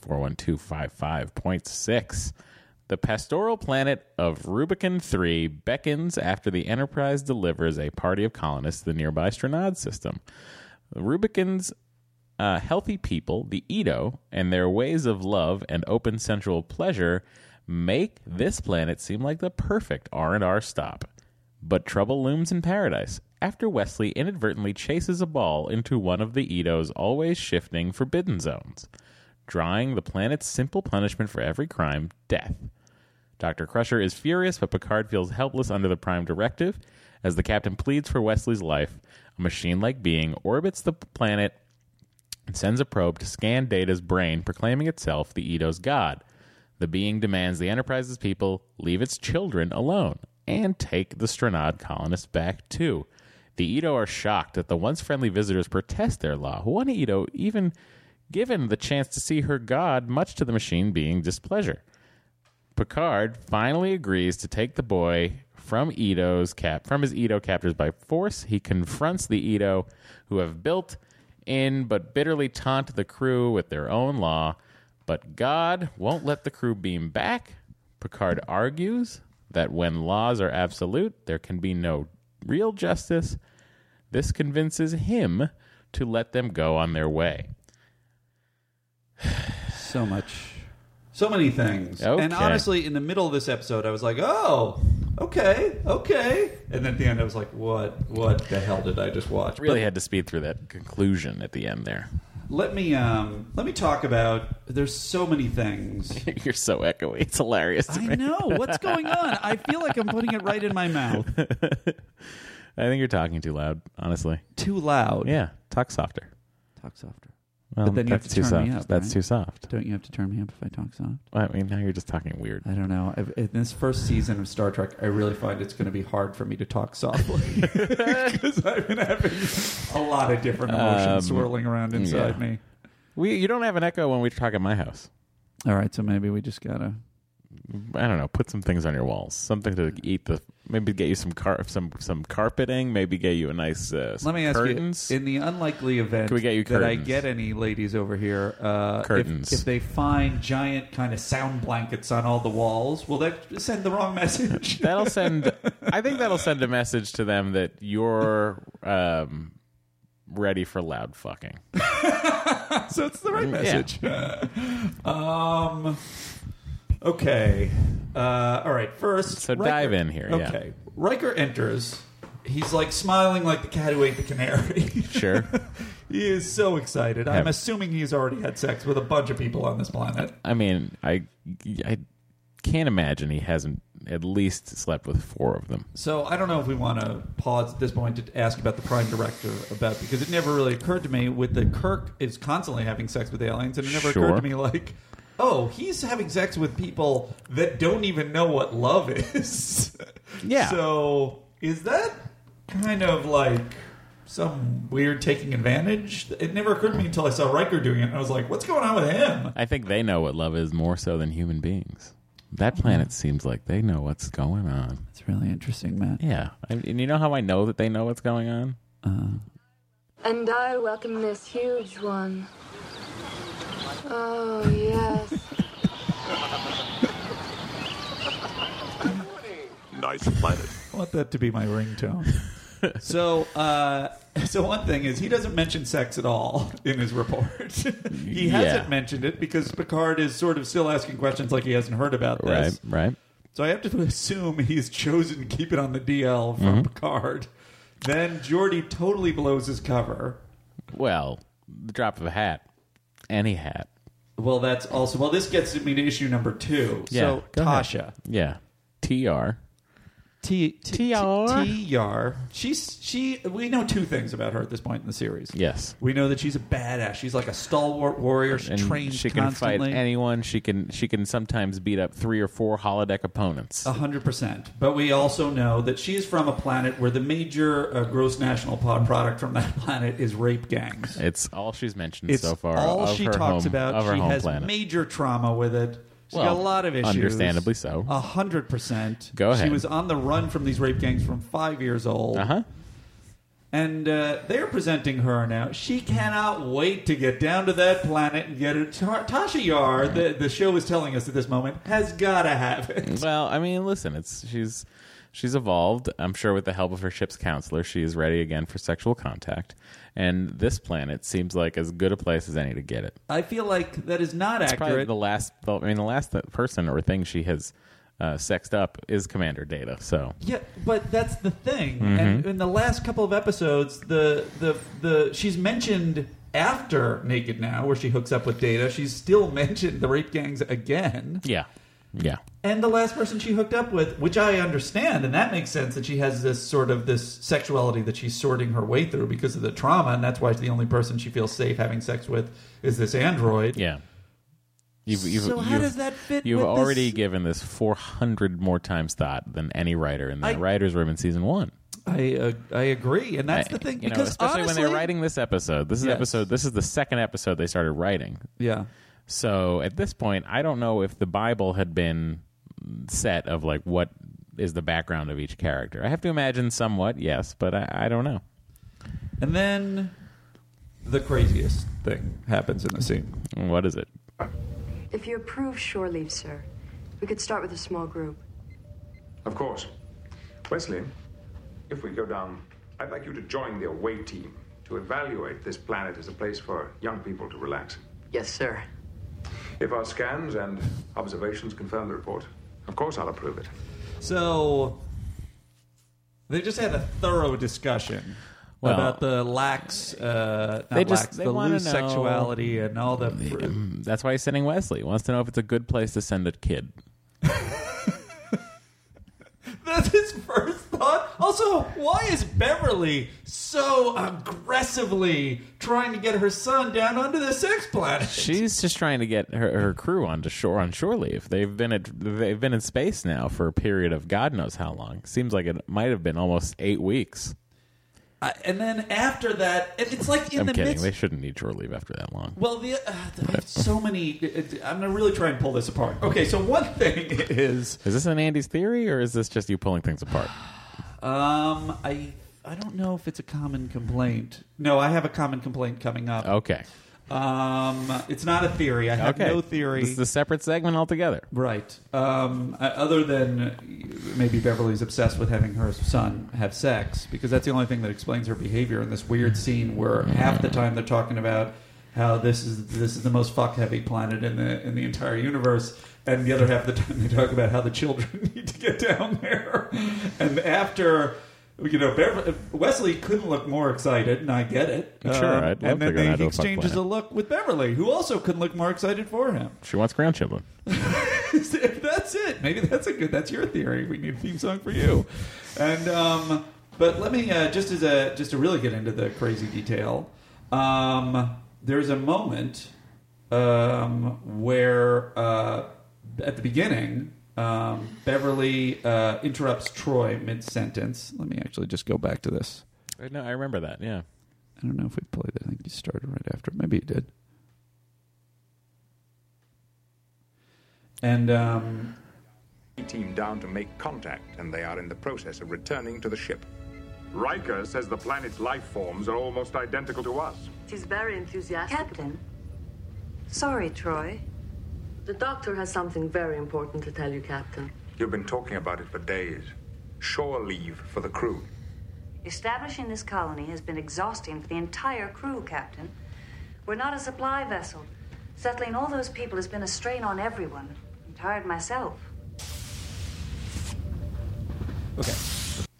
41255.6. The pastoral planet of Rubicon 3 beckons after the Enterprise delivers a party of colonists to the nearby Stranad system. Rubicon's uh, healthy people, the Edo, and their ways of love and open sensual pleasure make this planet seem like the perfect R&R stop. But trouble looms in paradise after Wesley inadvertently chases a ball into one of the Edo's always shifting forbidden zones, drawing the planet's simple punishment for every crime, death. Dr. Crusher is furious, but Picard feels helpless under the Prime Directive. As the captain pleads for Wesley's life, a machine like being orbits the planet and sends a probe to scan Data's brain, proclaiming itself the Edo's god. The being demands the Enterprise's people leave its children alone and take the Stranad colonists back too. The Edo are shocked that the once friendly visitors protest their law. One Edo even given the chance to see her god, much to the machine being displeasure. Picard finally agrees to take the boy from Ito's cap from his Ito captors by force. He confronts the Ito, who have built in but bitterly taunt the crew with their own law. But God won't let the crew beam back. Picard argues that when laws are absolute, there can be no real justice. This convinces him to let them go on their way.
So much.
So many things.
Okay.
And honestly, in the middle of this episode, I was like, oh, okay, okay. And then at the end, I was like, what, what the hell did I just watch?
Really had to speed through that conclusion at the end there.
Let me, um, let me talk about, there's so many things.
You're so echoey. It's hilarious to
I
me.
know. What's going on? I feel like I'm putting it right in my mouth.
I think you're talking too loud, honestly.
Too loud.
Yeah, talk softer.
Talk softer.
Well,
But then you have
that's
to
too
turn
soft.
me up,
that's
right?
too soft.
Don't you have to turn me up if I talk soft?
I mean, now you're just talking weird.
I don't know. I've,
In this first season of Star Trek, I really find it's going to be hard for me to talk softly because I've been having a lot of different emotions swirling around inside
Um, yeah.
me.
We, you don't have an echo when we talk at my house.
all right, so maybe we just gotta.
I don't know. Put some things on your walls. Something to eat. The maybe get you some car some some carpeting. Maybe get you a nice. Uh, some
Let me ask
curtains.
you: in the unlikely event
Can we get you
that I
curtains?
get any ladies over here, uh, if-
Curtains.
If, they find giant kind of sound blankets on all the walls, will that send the wrong message?
that'll send. I think that'll send a message to them that you're um, ready for loud fucking.
so it's the right
Mm, Yeah.
message. um, okay. Uh, all right. First,
So dive in here, yeah.
Okay. Riker enters. He's like smiling like the cat who ate the canary.
Sure.
he is so excited. I'm
Yeah.
assuming he's already had sex with a bunch of people on this planet.
I mean, I I can't imagine he hasn't at least slept with four of them.
So I don't know if we want to pause at this point to ask about the Prime Directive about because it never really occurred to me with the Kirk is constantly having sex with aliens, and it never
Sure.
occurred to me like, oh, he's having sex with people that don't even know what love is.
Yeah.
So is that kind of like some weird taking advantage? It never occurred to me until I saw Riker doing it, and I was like, what's going on with him?
I think they know what love is more so than human beings. That planet seems like they know what's going on.
It's really interesting, Matt.
Yeah, I, and you know how I know that they know what's going on?
And I welcome this huge one. Oh, yes.
Nice planet.
I want that to be my ringtone. so, uh, so one thing is he doesn't mention sex at all in his report. he
Yeah.
hasn't mentioned it because Picard is sort of still asking questions like he hasn't heard about this.
Right, right.
So I have to assume he's chosen to keep it on the DL
Mm-hmm.
from Picard. Then Geordi totally blows his cover.
Well, the drop of a hat, any hat.
Well, that's also well. This gets me to issue number two.
Yeah,
so
go ahead.
Tasha.
Yeah, tr.
T T-
TR.
TR. She's she. We know two things about her at this point in the series.
Yes.
we know that she's a badass. She's like a stalwart warrior. She
And
trains
she can
constantly.
fight anyone. She can she can sometimes beat up three or four holodeck opponents.
A hundred percent. But we also know that she is from a planet where the major uh, gross national pod product from that planet is rape gangs.
It's all she's mentioned
It's
so far.
all
of
she
her
talks
home-
about.
Of her
She
home
has
planet.
major trauma with it. She's got
Well,
a lot of issues.
understandably so.
A hundred percent.
Go
She
ahead.
was on the run from these rape gangs from five years old.
uh huh.
And uh, they're presenting her now. She cannot wait to get down to that planet and get it. Ta- Tasha Yar, the, the show is telling us at this moment, has got to have it.
Well, I mean, listen, it's she's she's evolved. I'm sure with the help of her ship's counselor, she is ready again for sexual contact. And this planet seems like as good a place as any to get it.
I feel like that is not
Probably
accurate.
the last, I mean, the last person or thing she has uh, sexed up is Commander Data. So
Yeah, but that's the thing.
Mm-hmm.
And in the last couple of episodes, the the the she's mentioned after Naked Now, where she hooks up with Data. She's still mentioned the rape gangs again.
yeah, yeah,
and the last person she hooked up with which i understand and that makes sense that she has this sort of this sexuality that she's sorting her way through because of the trauma and that's why the only person she feels safe having sex with is this android
yeah. You've, you've,
So how
you've,
does that fit
You've
with
already
this-
given this 400 more times thought than any writer in the
I-
writers' room in season one.
i uh, i agree and that's the thing
you know,
because
especially
honestly,
when they're writing this episode. This is
Yes.
episode. This is the second episode they started writing.
yeah
So at this point, I don't know if the Bible had been set of like what is the background of each character. I have to imagine somewhat, yes, but I, I don't know.
and then the craziest thing happens in the scene
What is it?
If you approve shore leave, sir, we could start with a small group.
Of course. Wesley, if we go down, I'd like you to join the away team to to evaluate this planet as a place for young people to relax.
Yes, sir.
If our scans and observations confirm the report, of course I'll approve it.
So they just had a thorough discussion
Well,
about the lax, uh, not
they just-
lax,
they
the
wanna
loose
know-
sexuality and all the.
That's why he's sending Wesley. He wants to know if it's a good place to send a kid.
That's his first thought. Also, why is Beverly so aggressively trying to get her son down onto the sex planet?
She's just trying to get her, her crew onto shore on shore leave. They've been at they've been in space now for a period of God knows how long. Seems like it might have been almost eight weeks.
I- and then after that, and it's like in
I'm
the
kidding.
midst.
They shouldn't need shore leave after that long.
Well, the, uh, I have so many. it- I'm gonna really try and pull this apart. Okay, so one thing is
Is this an Andy's theory or is this just you pulling things apart?
Um, I I don't know if it's a common complaint. No, I have a common complaint coming up.
Okay.
Um, it's not a theory. I have
Oh. Okay.
no theory.
This is a separate segment altogether.
Right. Um, I- other than maybe Beverly's obsessed with having her son have sex because that's the only thing that explains her behavior in this
Mm-hmm.
weird scene where half the time they're talking about how this is this is the most fuck heavy planet in the in the entire universe, and the other half of the time they talk about how the children need to get down there. And after. You know, Beverly, Wesley couldn't look more excited, and I get it. Um,
Sure, I'd love
and
to
then
go down to
they, he
a fuck
exchanges
planet.
a look with Beverly, who also couldn't look more excited for him
She wants grandchildren.
if that's it, maybe that's a good. That's your theory. We need a theme song for you. And um, but let me uh, just as a just to really get into the crazy detail. Um, there's a moment um, where uh, at the beginning. Um, Beverly uh, interrupts Troy mid sentence. Let me actually just go back to this.
No, I remember that. Yeah.
I don't know if we played it. I think you started right after. Maybe you did. And um,
team down to make contact, and they are in the process of returning to the ship. Riker says the planet's life forms are almost identical to us.
She's very enthusiastic. Captain. Sorry, Troy.
The doctor has something very important to tell you, Captain.
You've been talking about it for days. Shore leave for the crew.
Establishing this colony has been exhausting for the entire crew, Captain. We're not a supply vessel. Settling all those people has been a strain on everyone. I'm tired myself.
Okay.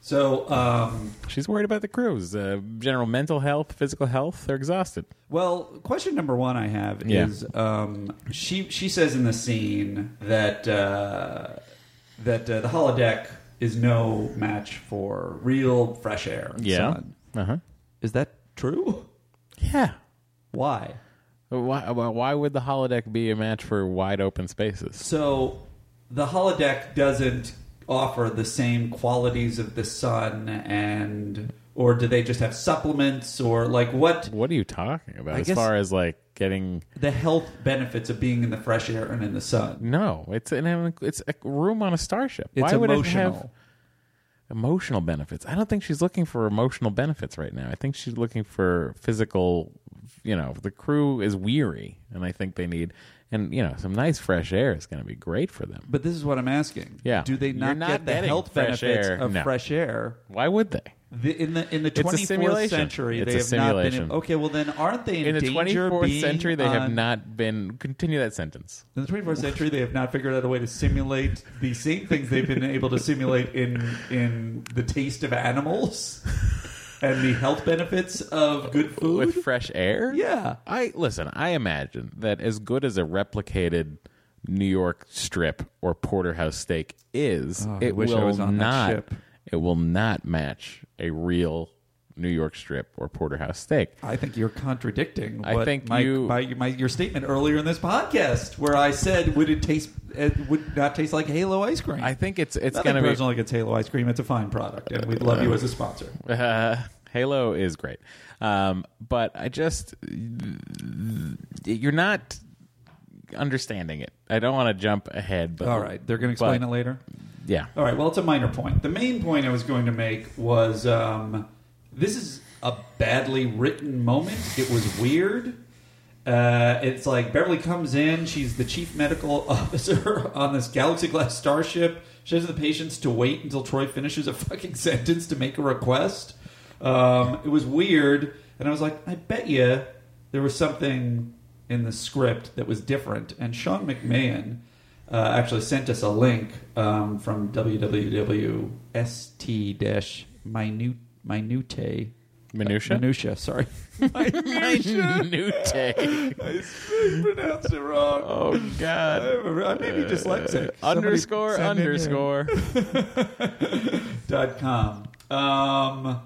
So, um,
She's worried about the crews. Uh, general mental health, physical health, they're exhausted.
well, question number one I have
Yeah.
is um, she she says in the scene that uh, that uh, the holodeck is no match for real fresh air. and
Yeah.
sun.
Uh huh.
Is that true?
Yeah.
Why?
Why, why would the holodeck be a match for wide open spaces?
So the holodeck doesn't offer the same qualities of the sun and or do they just have supplements or like what
What are you talking about?
I
as
guess-
far as like getting
the health benefits of being in the fresh air and in the sun?
no, it's an it's a room on a starship.
It's
why would it
emotional.
have emotional benefits? I don't think she's looking for emotional benefits right now. I think she's looking for physical. You know, the crew is weary, and I think they need and you know some nice fresh air is going to be great for them.
But this is what I'm asking.
Yeah.
Do they
You're
not,
not
get the
getting
health
fresh
benefits
air.
of
No.
fresh air?
Why would they?
The, in the in the
a
24th
simulation.
century,
It's
they
a
have not been.
simulation.
Okay, well then, aren't they in,
In the
danger
24th
being
century, they have
on-
not been. Continue that sentence.
In the 24th century, they have not figured out a way to simulate the same things they've been able to simulate in in the taste of animals and the health benefits of good food.
with fresh air.
Yeah.
I listen. I imagine that as good as a replicated New York strip or porterhouse steak is,
Oh, I
it
wish I
will
was on that
not.
ship.
It will not match a real New York strip or porterhouse steak.
I think you're contradicting. What
I think
my,
you-
my, my your statement earlier in this podcast, where I said would it taste it would not taste like Halo ice cream.
I think it's it's
Nothing
going to be
personal against Halo ice cream. It's a fine product, and we'd love you as a sponsor.
Uh, Halo is great, um, but I just you're not understanding it. I don't want to jump ahead, but
All right, they're going to explain
but-
it later.
Yeah,
All right. Well, it's a minor point. The main point I was going to make was um, this is a badly written moment. It was weird. Uh, it's like Beverly comes in. She's the chief medical officer on this Galaxy Glass starship. She has the patience to wait until Troy finishes a fucking sentence to make a request. Um, it was weird. And I was like, I bet you there was something in the script that was different. And Sean McMahon uh, actually sent us a link um, from www.st minute minute
Minutia?
minutia. Sorry,
Minute.
I pronounced it wrong.
Oh God.
I may be dyslexic.
underscore
send in your-
underscore.
dot com. Um,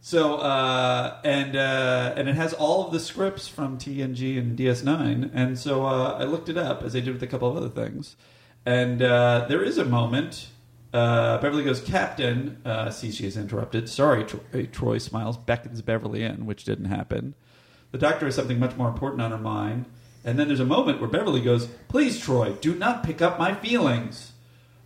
so uh, and uh, and it has all of the scripts from TNG and DS9, and so uh, I looked it up as I did with a couple of other things, and uh, there is a moment. Uh, Beverly goes, Captain. Uh, see, she is interrupted. Sorry, Troy. Troy smiles, beckons Beverly in, which didn't happen. The doctor has something much more important on her mind. And then there's a moment where Beverly goes, Please, Troy, do not pick up my feelings.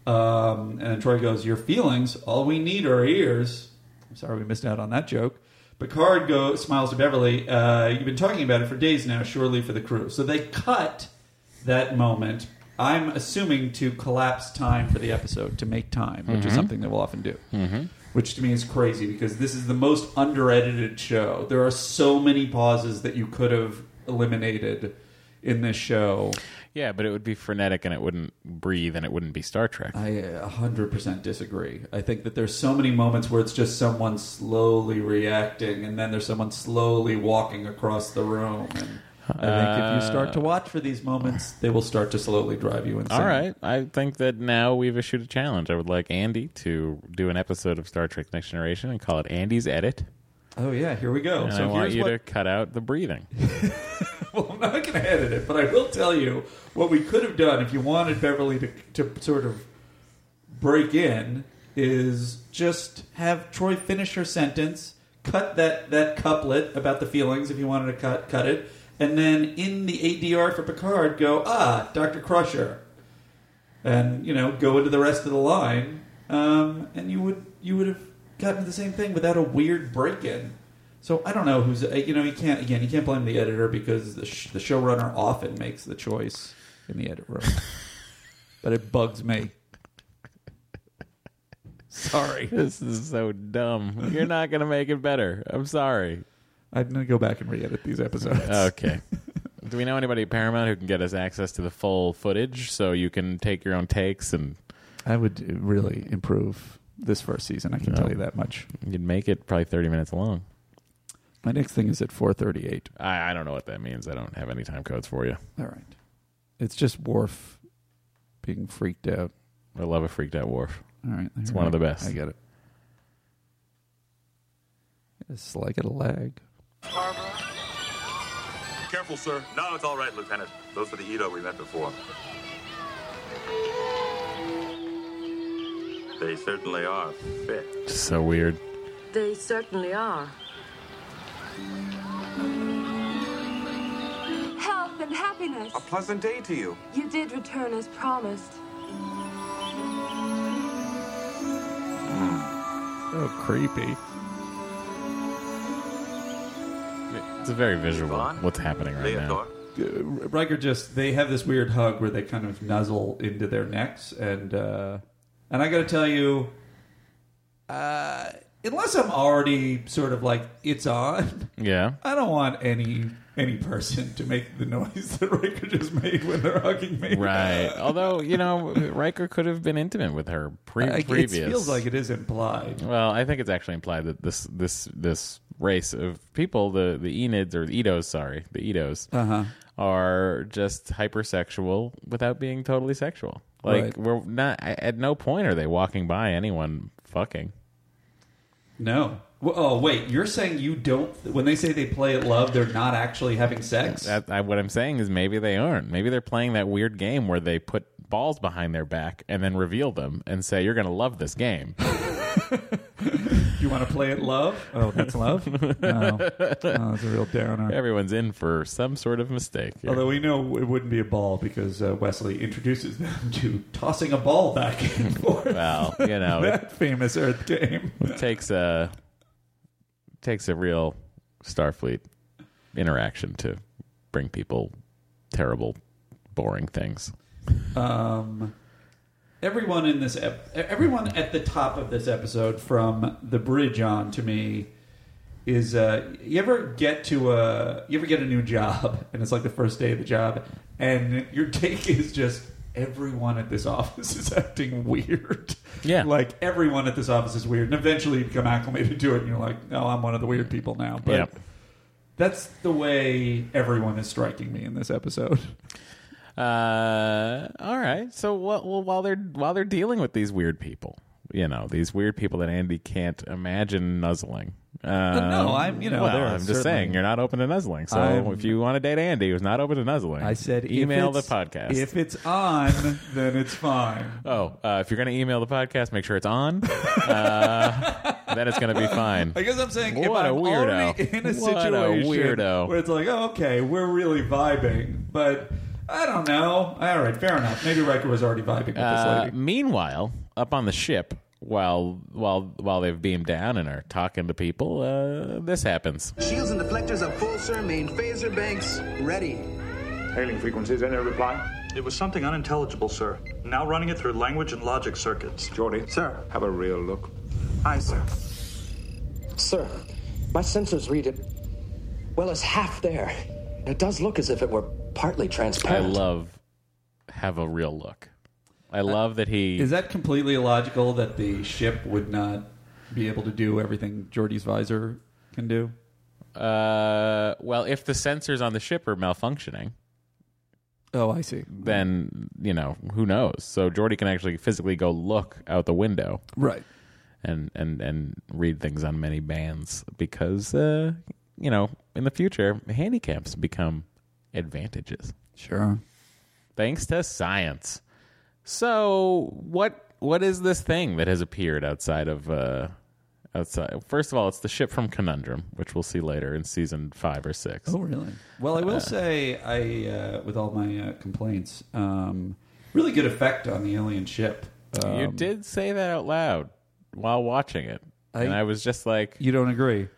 Um, and then Troy goes, Your feelings? All we need are ears. I'm sorry we missed out on that joke. Picard go, smiles to Beverly, uh, You've been talking about it for days now, surely for the crew. So they cut that moment, I'm assuming, to collapse time for the episode, to make time, which is
Mhm.
something they will often do which to me is crazy because this is the most under-edited show. There are so many pauses that you could have eliminated in this show.
Yeah, but it would be frenetic and it wouldn't breathe and it wouldn't be Star Trek.
I uh, 100% disagree. I think that there's so many moments where it's just someone slowly reacting and then there's someone slowly walking across the room and I think if you start to watch for these moments, they will start to slowly drive you insane.
Uh, All right. I think that now we've issued a challenge. I would like Andy to do an episode of Star Trek Next Generation and call it Andy's Edit.
Oh yeah, here we go.
And
so
I want
here's
you
what
to cut out the breathing.
Well, I'm not going to edit it, but I will tell you what we could have done if you wanted Beverly to, to sort of break in is just have Troy finish her sentence, cut that, that couplet about the feelings if you wanted to cut cut it, and then in the ADR for Picard go ah Doctor Crusher, and you know go into the rest of the line, um, and you would you would have gotten the same thing without a weird break in. So I don't know who's uh, you know you can't again you can't blame the editor because the, sh- the showrunner often makes the choice in the edit room, but it bugs me. Sorry,
this is so dumb. You're not going to make it better. I'm sorry.
I'm going to go back and re-edit these episodes.
Okay. Do we know anybody at Paramount who can get us access to the full footage so you can take your own takes and
I would really improve this first season. I can tell you that much.
you'd make it probably 30 minutes long?
My next thing is at 4:38.
I, I don't know what that means. I don't have any time codes for you.
All right. It's just Worf being freaked out.
I love a freaked out wharf.
All right.
It's
here
one
we
of the
go.
best.
I get it. It's like a lag.
Careful, sir.
No, it's all right, Lieutenant. Those are the Edo we met before.
They certainly are fit.
So weird.
They certainly are.
Health and happiness.
A pleasant day to you.
You did return as promised.
Oh,
So creepy.
It's very visual what's happening right now.
Uh, Riker just they have this weird hug where they kind of nuzzle into their necks and uh, and I got to tell you, uh, unless I'm already sort of like it's on,
Yeah.
I don't want any any person to make the noise that Riker just made when they're hugging me.
Right. Although, you know, Riker could have been intimate with her pre-
I-
previous.
It feels like it is implied.
Well, I think it's actually implied that this this this race of people, the the Enids or the Edos, sorry, the Edos,
Uh-huh.
are just hypersexual without being totally sexual. Like
Right.
we're not a- at no point are they walking by anyone fucking.
No. Well, oh wait, you're saying you don't? When they say they play at love, they're not actually having sex.
That, I, what I'm saying is maybe they aren't. Maybe they're playing that weird game where they put balls behind their back and then reveal them and say you're going to love this game.
You want to play at love? Oh, that's love. no, no, that's a real downer.
Everyone's in for some sort of mistake. here.
Although we know it wouldn't be a ball because uh, Wesley introduces them to tossing a ball back and forth.
well, you know, it-
that famous Earth game.
It takes a takes a real Starfleet interaction to bring people terrible, boring things.
Um, everyone in this, e, ep- everyone at the top of this episode, from the bridge on to me, is uh, you ever get to a you ever get a new job and it's like the first day of the job and your take is just everyone at this office is acting weird.
Yeah.
like everyone at this office is weird, and eventually you become acclimated to it, and you're like, no, I'm one of the weird people now. But
Yep.
that's the way everyone is striking me in this episode.
Uh, all right. So wh- well, while they're while they're dealing with these weird people, you know, these weird people that Andy can't imagine nuzzling. Uh,
no, I'm- you know,
well,
there are
I'm just
certainly-
saying you're not open to nuzzling. So
I'm-
if you want to date Andy, who's not open to nuzzling,
I said, if
email the
it's-
podcast.
If it's on, then it's fine.
oh, uh, if you're going to email the podcast, make sure it's on. uh, then it's going to be fine.
I guess I'm saying if
What a
I'm
weirdo.
already in a
What a
situation
weirdo.
where it's like, oh, okay, we're really vibing, but I don't know. All right, fair enough. Maybe Riker was already vibing with
Uh,
this lady.
meanwhile, up on the ship, while while while they've beamed down and are talking to people, uh, this happens.
Shields and deflectors up full, sir. Main phaser banks ready.
Hailing frequencies, any reply?
It was something unintelligible, sir. Now running it through language and logic circuits.
Geordie,
Sir.
have a real look.
Aye, sir.
Sir, my sensors read it. Well, it's half there. It does look as if it were partly
I
transparent.
love have a real look. I love that he
Is that completely illogical that the ship would not be able to do everything Geordie's visor can do?
Uh, well, if the sensors on the ship are malfunctioning,
Oh, I see.
then you know who knows. So Jordy can actually physically go look out the window,
Right.
and and and read things on many bands because uh, you know in the future handicaps become advantages.
Sure.
thanks to science. So what what is this thing that has appeared outside of uh, outside? First of all, it's the ship from Conundrum, which we'll see later in season five or six.
Oh, really? Well, I will say, I uh, with all my uh, complaints, um, really good effect on the alien ship.
you
Um,
did say that out loud while watching it,
I-
and I was just like,
You don't agree?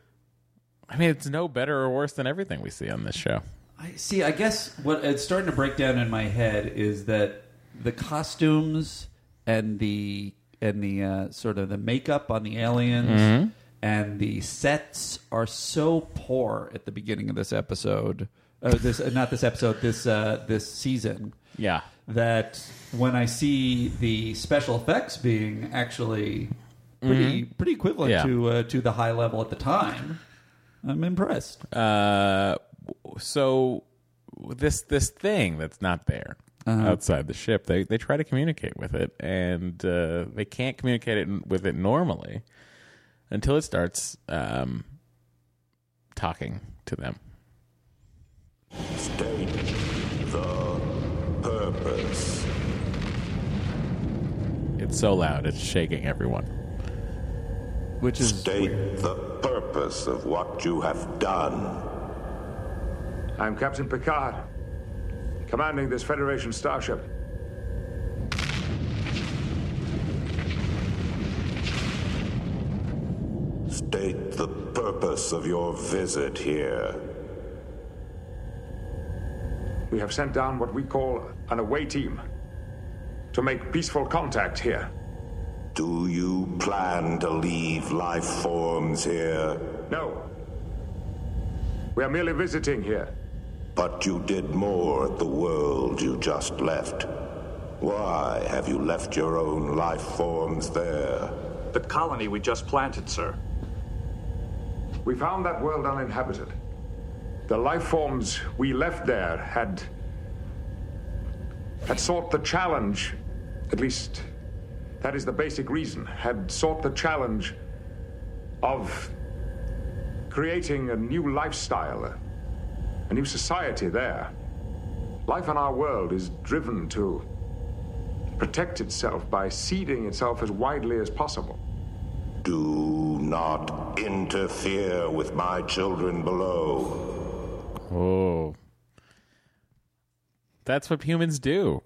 I mean, it's no better or worse than everything we see on this show.
I see. I guess what it's starting to break down in my head is that the costumes and the and the uh, sort of the makeup on the aliens and the sets are so poor at the beginning of this episode. Uh, this uh, not this episode. This uh, this season.
Yeah.
That when I see the special effects being actually pretty pretty equivalent
Mm-hmm. Yeah.
to uh, to the high level at the time, I'm impressed.
Uh, so this this thing that's not there outside the ship, they they try to communicate with it, and uh, they can't communicate it with it normally until it starts um, talking to them.
State the purpose.
It's so loud, it's shaking everyone.
Which is
State the purpose of what you have done.
I'm Captain Picard, commanding this Federation starship.
State the purpose of your visit here.
We have sent down what we call an away team to make peaceful contact here.
Do you plan to leave life forms here?
No. We are merely visiting here.
But you did more at the world you just left. Why have you left your own life forms there?
The colony we just planted, sir.
We found that world uninhabited. The life forms we left there had. had sought the challenge, at least that is the basic reason, had sought the challenge of creating a new lifestyle, a new society there. Life on our world is driven to protect itself by seeding itself as widely as possible.
Do not interfere with my children below.
Oh, that's what humans do,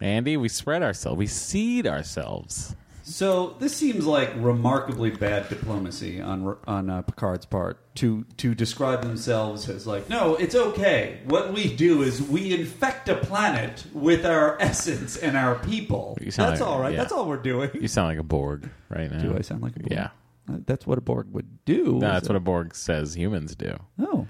Andy. We spread ourselves, we seed ourselves.
So this seems like remarkably bad diplomacy on on uh, Picard's part to to describe themselves as like, no, it's okay. What we do is we infect a planet with our essence and our people.
You sound
That's
like-
all right.
yeah.
That's all we're doing.
You sound like a Borg right now.
Do I sound like a Borg?
Yeah.
That's what a Borg would do.
No,
is
that's
it?
what a Borg says humans do.
Oh.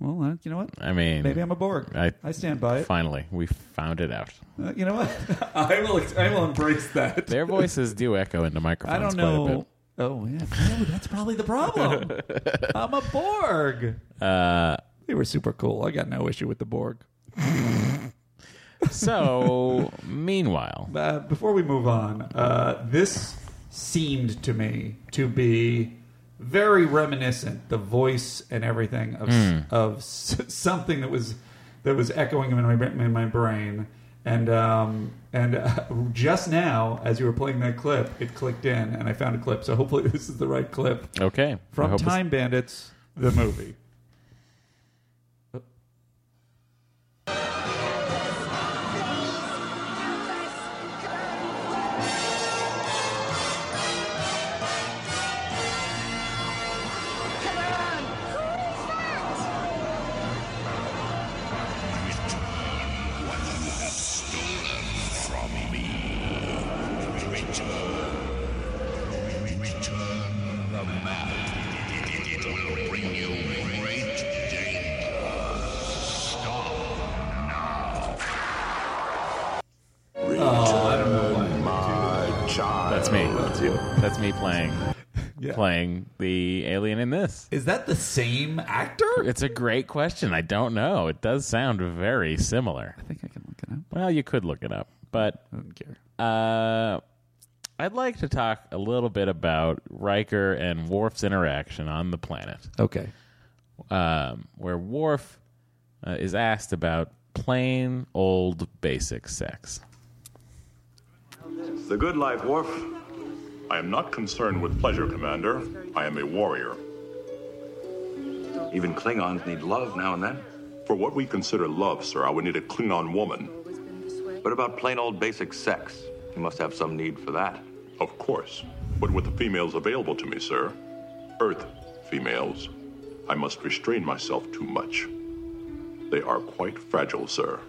Well, uh, you know what?
I mean,
Maybe I'm a Borg.
I,
I stand by it.
Finally, we found it out.
Uh, you know what?
I will. I will embrace that.
Their voices do echo into microphones.
I don't
Quite a
know.
bit.
Oh yeah, no, that's probably the problem. I'm a Borg.
Uh,
they were super cool. I got no issue with the Borg.
So, meanwhile,
Uh,
before we move on,
uh, this seemed to me to be very reminiscent, the voice and everything of
Hmm.
of s- something that was that was echoing in my bra- in my brain. And um, and uh, just now, as you were playing that clip, it clicked in, and I found a clip. So hopefully, this is the right clip.
Okay. I
From
hope it's-
Time Bandits, the movie.
That's me. That's you. That's me playing playing the alien in this.
Is that the same actor?
It's a great question. I don't know. It does sound very similar. I
think I can look it up.
Well, you could look it up, but I
don't care.
Uh, I'd like to talk a little bit about Riker and Worf's interaction on the planet.
Okay.
Um, where Worf uh, is asked about plain old basic sex.
The good life, Worf. I am not concerned with pleasure, Commander. I am a warrior. Even Klingons need love now and then. For what we consider love, sir, I would need a Klingon woman.
What about plain old basic sex? You must have some need for that.
Of course. But with the females available to me, sir, Earth females, I must restrain myself too much. They are quite fragile, sir.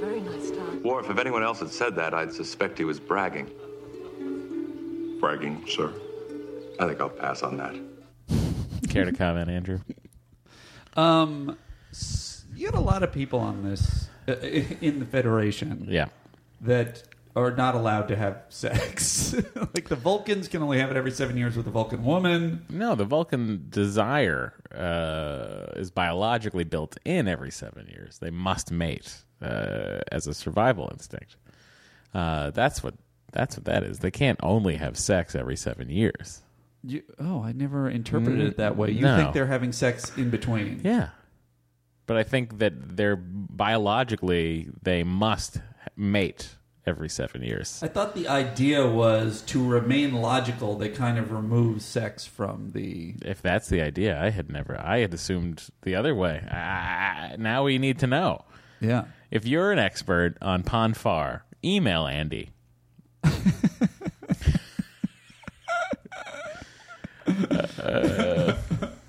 Very nice time.
Worf, if anyone else had said that, I'd suspect he was bragging.
Bragging, sir?
I think I'll pass on that.
Care to comment, Andrew?
Um, s- you had a lot of people on this uh, in the Federation.
Yeah.
That are not allowed to have sex. like the Vulcans can only have it every seven years with a Vulcan woman.
No, the Vulcan desire uh, is biologically built in every seven years. They must mate uh, as a survival instinct. Uh, that's what that's what that is. They can't only have sex every seven years.
You, oh, I never interpreted it that way. You
No.
think they're having sex in between?
Yeah. But I think that they're biologically they must mate every seven years.
I thought the idea was to remain logical. They kind of remove sex from the.
If that's the idea, I had never. I had assumed the other way. Ah, now we need to know.
Yeah.
If you're an expert on Ponfar, email Andy. Uh,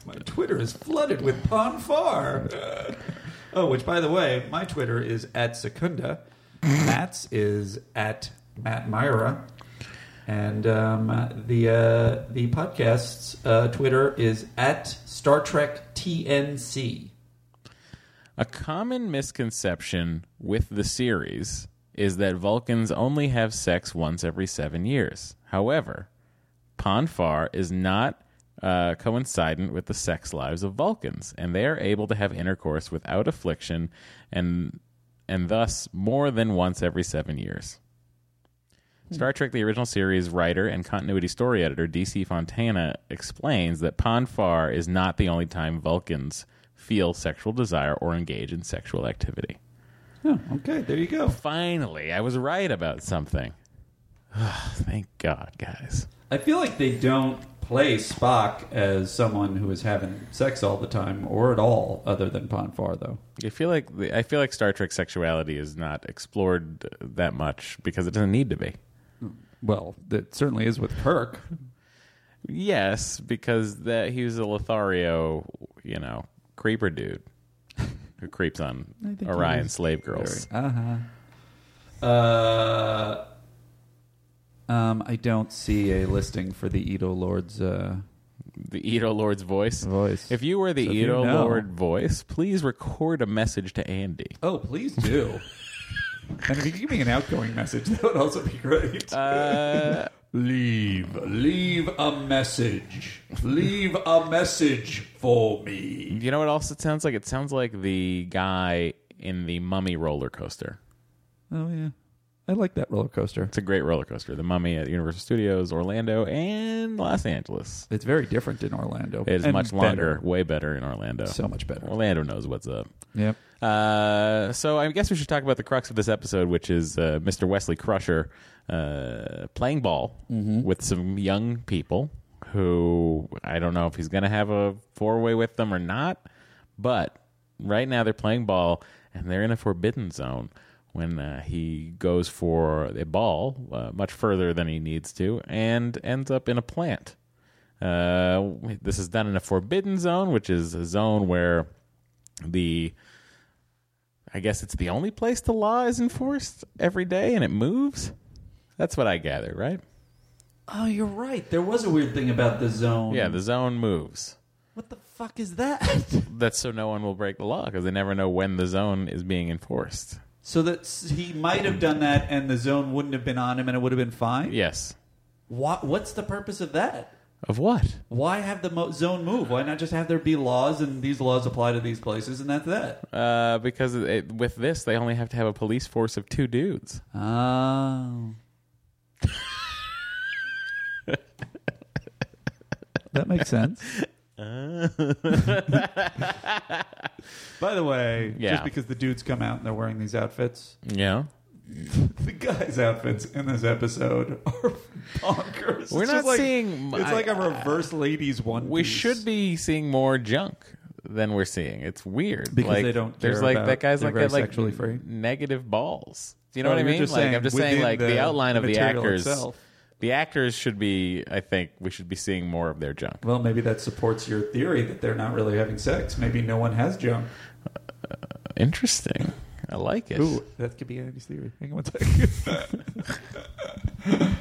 My Twitter is flooded with Ponfar. oh, which, by the way, my Twitter is at Secunda. Matt's is at Matt Myra. And um, the uh, the podcast's uh, Twitter is at Star Trek TNC.
A common misconception with the series is that Vulcans only have sex once every seven years. However, Ponfar is not uh, coincident with the sex lives of Vulcans, and they are able to have intercourse without affliction, and and thus more than once every seven years. Hmm. Star Trek: The Original Series writer and continuity story editor DC Fontana explains that Ponfar is not the only time Vulcans feel sexual desire or engage in sexual activity.
Oh, okay, there you go.
Finally, I was right about something. Thank God, guys.
I feel like they don't play Spock as someone who is having sex all the time or at all, other than Ponfar, though.
I feel like the, I feel like Star Trek sexuality is not explored that much because it doesn't need to be.
Well, that certainly is with Kirk.
Yes, because that he was a Lothario, you know, creeper dude who creeps on
I think he
Orion
was
slave girls.
Uh huh.
Uh, Um, I don't see a listing for the Edo Lord's. Uh,
the Edo Lord's voice.
Voice.
If you were the
So if you
Edo
know-
Lord voice, please record a message to Andy.
Oh, please do. and if you could give me an outgoing message, that would also be great.
Uh,
leave, leave a message. Leave a message for me.
You know what else it sounds like? It sounds like the guy in the Mummy roller coaster.
Oh yeah, I like that roller coaster.
It's a great roller coaster. The Mummy at Universal Studios, Orlando, and Los Angeles.
It's very different in Orlando.
It is
And
much
better.
longer, way better in Orlando. So much better. Orlando knows what's up.
Yep.
Uh, so I guess we should talk about the crux of this episode, which is uh, Mr. Wesley Crusher uh, playing ball with some young people who I don't know if he's going to have a four way with them or not, but right now they're playing ball and they're in a forbidden zone when uh, he goes for a ball uh, much further than he needs to and ends up in a plant. Uh, this is done in a forbidden zone, which is a zone where the I guess it's the only place the law is enforced every day and it moves. That's what I gather, right?
Oh, you're right. There was a weird thing about the zone.
Yeah, the zone moves.
What the fuck is that?
That's so no one will break the law because they never know when the zone is being enforced.
so that s- he might have done that, and the zone wouldn't have been on him, and it would have been fine.
Yes.
What? What's the purpose of that?
Of what?
Why have the mo- zone move? Why not just have there be laws, and these laws apply to these places, and that's that?
Uh, because it, with this, they only have to have a police force of two dudes.
Oh.
That makes sense.
By the way,
Yeah.
just because the dudes come out and they're wearing these outfits,
Yeah.
the guys' outfits in this episode are bonkers.
We're
It's
not
just like-
seeing-
It's
I-
like a reverse ladies one.
We
piece.
should be seeing more junk than we're seeing. It's weird
Because
like,
they don't
There's
care
like
about-
that guy's
they're
like
very
got, like
sexually free.
negative balls. Do you know
Oh,
what I
you're
mean?
just
like
saying
I'm just saying
within
like the,
the
outline of the
material
actors.
itself.
The actors should be. I think we should be seeing more of their junk.
Well, maybe that supports your theory that they're not really having sex. Maybe no one has junk.
Interesting. I like it.
Ooh, that could be Andy's theory. Hang on one second.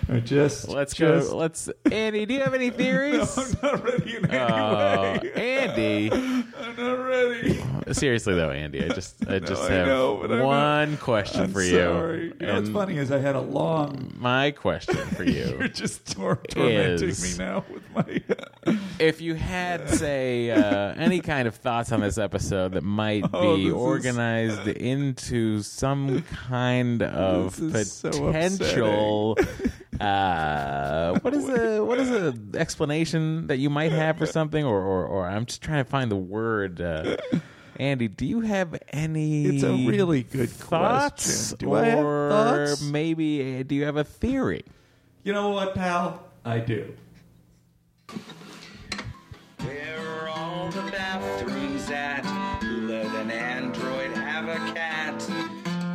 Or just
Let's
just-
go. Let's. Andy, do you have any theories?
I'm not ready in any
Oh,
way.
Andy.
I'm not ready.
Seriously though, Andy, I just I
No,
just
I
have
know, but I'm
one question
I'm
for
sorry.
you.
You know what's
And
funny is I had a long.
My question for you.
You're just tor- tormenting
is-
me now with my.
if you had say uh, any kind of thoughts on this episode that might
Oh, this
be
is-
organized into some kind of
This is so
potential uh, what is a what is a explanation that you might have for something or, or, or I'm just trying to find the word uh, Andy, do you have any?
It's a really good
thoughts,
question. Do
or
I have thoughts?
maybe uh, do you have a theory?
You know what, pal? I do.
Where are all the bathrooms at? Let an android have a cat.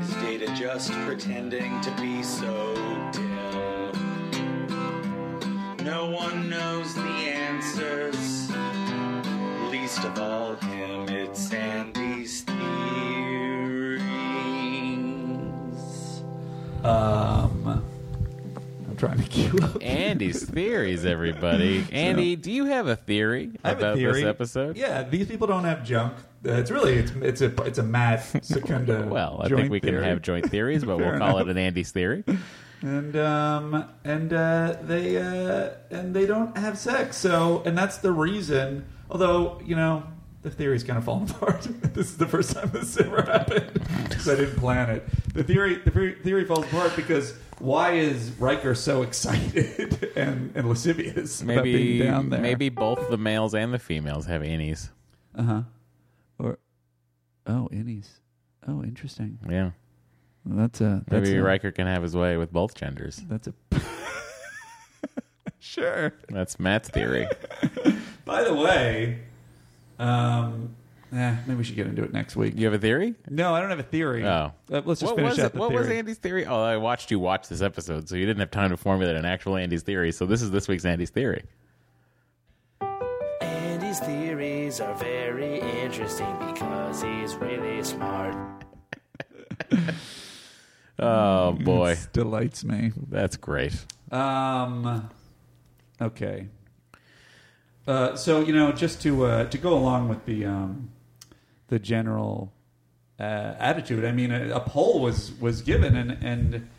Is data just pretending to be so dim? No one knows the answers. Least of all him, it's Andy's theories.
Um, I'm trying to cue up.
Andy's theories, everybody. Andy, do you have a theory
I have
about
a theory.
this episode?
Yeah, these people don't have junk. Uh, It's really it's it's a it's a Matt Secunda.
Well, I
joint
think we
theory.
can have joint theories, but we'll
Fair
call
enough.
it an Andy's theory.
and um and uh, they uh, and they don't have sex. So and that's the reason. Although you know the theory's kind of falling apart. this is the first time this ever happened because I didn't plan it. The theory the theory- theory falls apart because why is Riker so excited and, and lascivious about
Maybe
being down there?
maybe both the males and the females have innies.
Uh huh. Or oh, innies. Oh, interesting.
Yeah.
That's a that's
Maybe
a,
Riker can have his way with both genders.
That's a
sure.
That's Matt's theory.
By the way, um, eh, maybe we should get into it next week.
You have a theory?
No, I don't have a theory.
Oh.
Uh, let's just
what
finish
was
out
it?
the
What was
theory.
Andy's theory? Oh, I watched you watch this episode, so you didn't have time to formulate an actual Andy's theory. So this is this week's Andy's theory.
Andy's theories are very interesting because he's really smart.
Oh boy,
Mm.
delights me.
Oh, That's great.
Um, okay. Uh, so you know, just to uh, to go along with the um, the general uh, attitude, I mean, a, a poll was was given, and and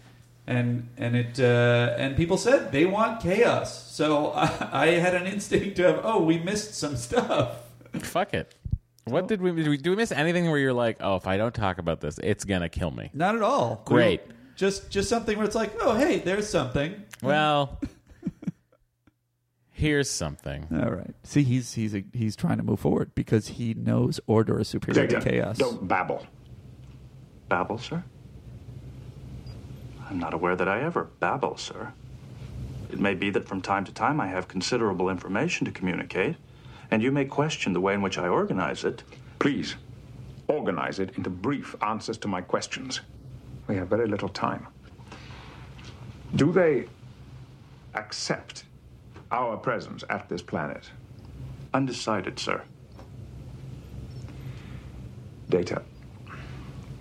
and and it uh, and people said they want chaos. So I, I had an instinct of, oh, we missed some stuff.
Fuck it. What did we, did we do? We miss anything where you're like, oh, if I don't talk about this, it's gonna kill me.
Not at all.
Great.
Just just something where it's like, oh, hey, there's something.
Well, here's something.
All right. See, he's he's a, he's trying to move forward because he knows order is superior to
Jacob,
chaos.
Don't babble.
Babble, sir? I'm not aware that I ever babble, sir. It may be that from time to time I have considerable information to communicate, and you may question the way in which I organize it.
Please, organize it into brief answers to my questions. We have very little time. Do they accept our presence at this planet?
Undecided, sir.
Data,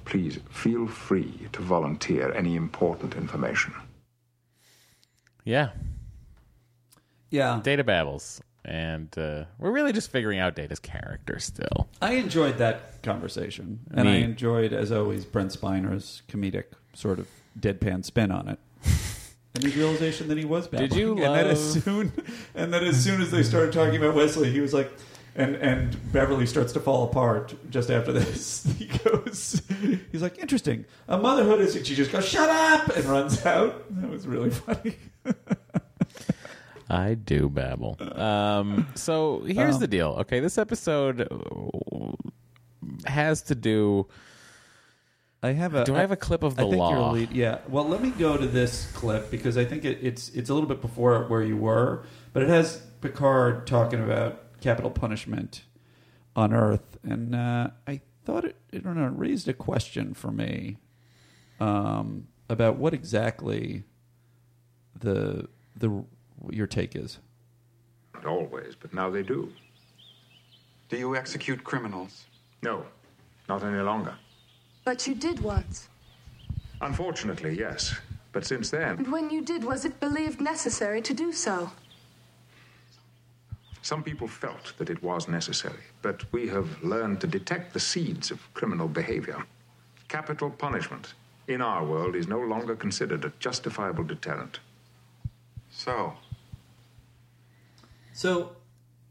please feel free to volunteer any important information.
Yeah.
Yeah.
Data babbles, and uh, we're really just figuring out Data's character still.
I enjoyed that conversation, and I
Me.
enjoyed, as always, Brent Spiner's comedic sort of deadpan spin on it. And his realization that he was babbling.
Did you
And that as
love-
soon, and that as soon as they started talking about Wesley, he was like, and and Beverly starts to fall apart just after this. He goes, he's like, interesting. A motherhood is. She just goes, shut up, and runs out. That was really funny.
I do babble. Um, so here's
Uh-huh.
the deal. Okay, this episode uh, has to do.
I have a.
Do I have a clip of the
I think
law?
you're a lead- yeah. Well, let me go to this clip because I think it, it's it's a little bit before where you were, but it has Picard talking about capital punishment on Earth, and uh, I thought it, I don't know, it raised a question for me um, about what exactly the the your take is.
Not always, but now they do.
Do you execute criminals?
No, not any longer.
But you did once.
Unfortunately, yes. But since then,
And when you did, was it believed necessary to do so?
some people felt that it was necessary, but we have learned to detect the seeds of criminal behavior. Capital punishment in our world is no longer considered a justifiable deterrent.
So,
So,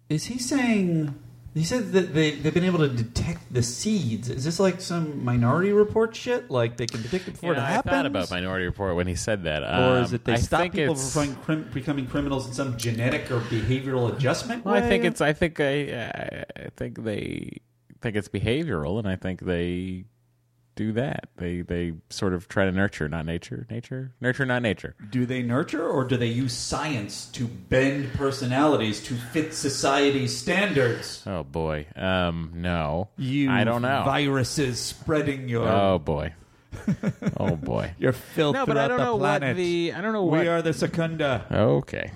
is he saying? He said that they, they've been able to detect the seeds. Is this like some minority report shit? Like they can predict it before
You know,
it
I
happens?
thought about Minority Report when he said that.
or is
Um,
it they
I
stop
think
people
it's-
from crim- becoming criminals in some genetic or behavioral adjustment
Well, I think
way?
it's. I think I. I think they think it's behavioral, and I think they do that. They they sort of try to nurture, not nature. Nature, nurture, not nature.
do they nurture or do they use science to bend personalities to fit society's standards?
Oh boy. Um. No.
You
I don't know.
viruses spreading your
Oh boy. oh boy.
your filth
No,
throughout
but I don't
the
know what
planet.
the- I don't know
we
what-
are the secunda.
Okay.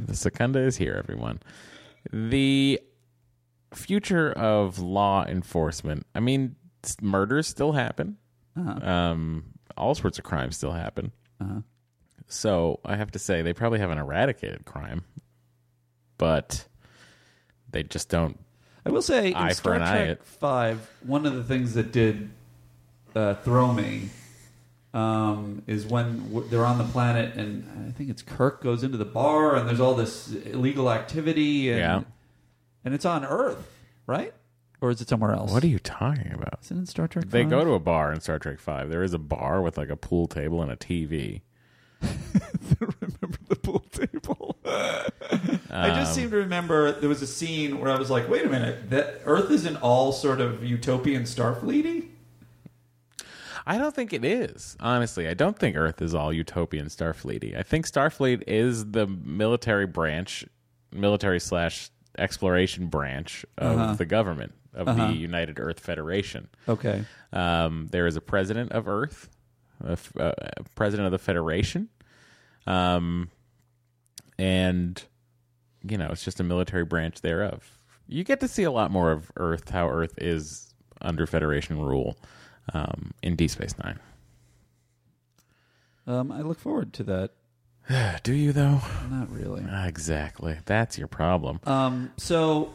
The Secunda is here, everyone. The future of law enforcement. I mean, s- murders still happen. Um, all sorts of crimes still happen. So I have to say, they probably haven't eradicated crime, but they just don't.
I will say, in
eye for
Star
an eye.
Trek
It.
Five, one of the things that did uh, throw me um, is when w- they're on the planet, and I think it's Kirk goes into the bar, and there's all this illegal activity, and
Yeah.
and it's on Earth, right? Or is it somewhere else?
What are you talking about?
Is it in Star Trek?
They
5?
go to a bar in Star Trek Five. There is a bar with like a pool table and a TV.
remember the pool table. I just
Um,
seem to remember there was a scene where I was like, wait a minute, that Earth isn't all sort of utopian Starfleety.
I don't think it is. Honestly, I don't think Earth is all utopian Starfleety. I think Starfleet is the military branch, military slash exploration branch of
Uh-huh.
the government of
Uh-huh.
the United Earth Federation.
Okay.
Um, there is a president of Earth, a f- uh, president of the Federation, um, and you know it's just a military branch thereof. You get to see a lot more of Earth, how Earth is under Federation rule um, in D Space Nine.
Um, I look forward to that.
Do you though?
Not really.
Ah, Exactly. That's your problem.
Um, so,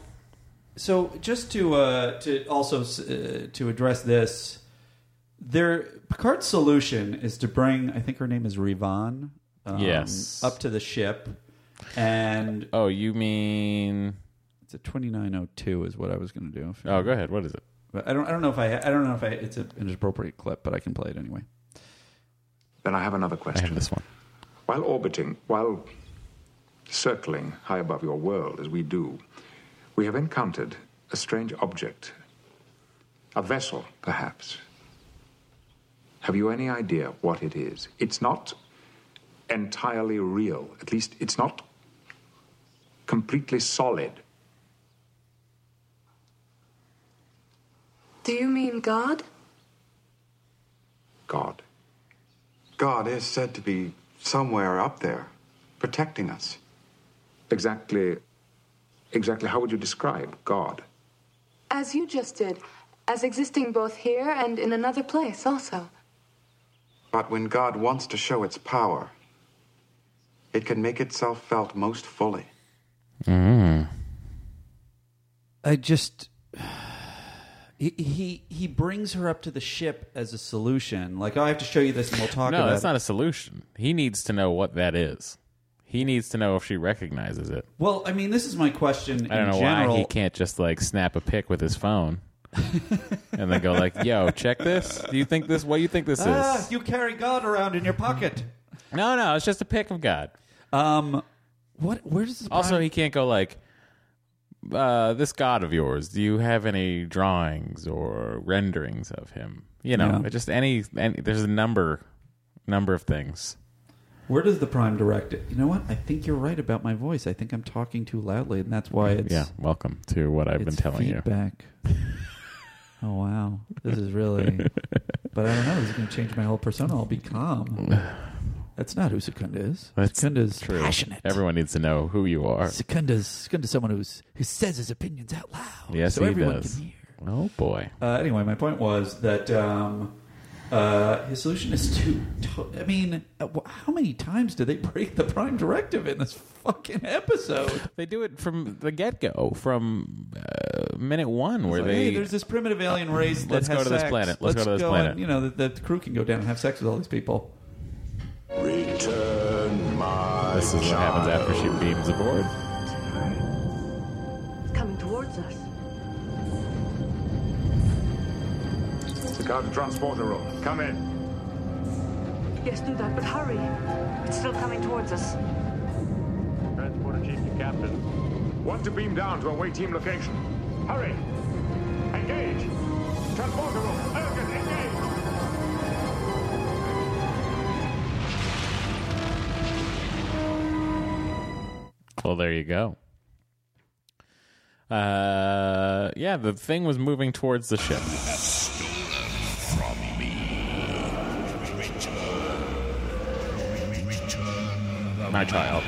so just to uh, to also uh, to address this, their Picard's solution is to bring I think her name is Rivan. um,
Yes.
Up to the ship, and
oh, you mean
it's a twenty nine oh two is what I was going to do.
Oh, go ahead. What is it?
But I don't I don't know if I I don't know if I it's a, an appropriate clip, but I can play it anyway.
Then I have another question.
this one.
While orbiting, while circling high above your world as we do, we have encountered a strange object. A vessel, perhaps. Have you any idea what it is? It's not entirely real. At least, it's not completely solid.
Do you mean God?
God.
God is said to be somewhere up there, protecting us.
Exactly. Exactly how would you describe God?
As you just did, as existing both here and in another place also.
But when God wants to show its power, it can make itself felt most fully.
Mm.
I just he, he he brings her up to the ship as a solution. Like oh, I have to show you this, and we'll talk.
No,
about
that's
it.
not a solution. He needs to know what that is. He needs to know if she recognizes it.
Well, I mean, this is my question
I don't
in
know
general.
why he can't just like snap a pic with his phone and then go like, "Yo, check this. Do you think this? What do you think this
ah,
is?"
you carry God around in your pocket.
No, no, it's just a pic of God.
Um, what? Where does the
also he can't go like, uh, "This God of yours. Do you have any drawings or renderings of him?" You know,
Yeah.
just any, any. There's a number, number of things.
Where does the prime direct it? You know what? I think you're right about my voice. I think I'm talking too loudly, and that's why it's
yeah, welcome to what I've been
it's
telling you.
feedback. oh wow, this is really. but I don't know. This is going to change my whole persona. I'll be calm. That's not who Secunda is.
That's
Secunda's
true.
passionate.
Everyone needs to know who you are.
Secunda's Secunda's someone who's who says his opinions out loud.
yes,
so
he
everyone
does.
can
Oh boy.
Uh, anyway, my point was that um, uh, his solution is to. to I mean, uh, wh- how many times do they break the prime directive in this fucking episode?
They do it from the get go, from uh, minute one, where they.
hey, there's this primitive alien race that
Let's
has
go to this
sex.
planet. Let's go to this planet.
And, you know, the, the crew can go down and have sex with all these people.
Return my
This is what happens after she beams aboard.
It's coming towards us.
The God transporter room. Come in.
Yes, do that, but hurry. It's still coming towards us.
Transporter chief to captain. Want to beam down to away team location. Hurry. Engage. Transporter room. Urgent. Engage.
Well, there you go. Uh, yeah, the thing was moving towards the ship. My child.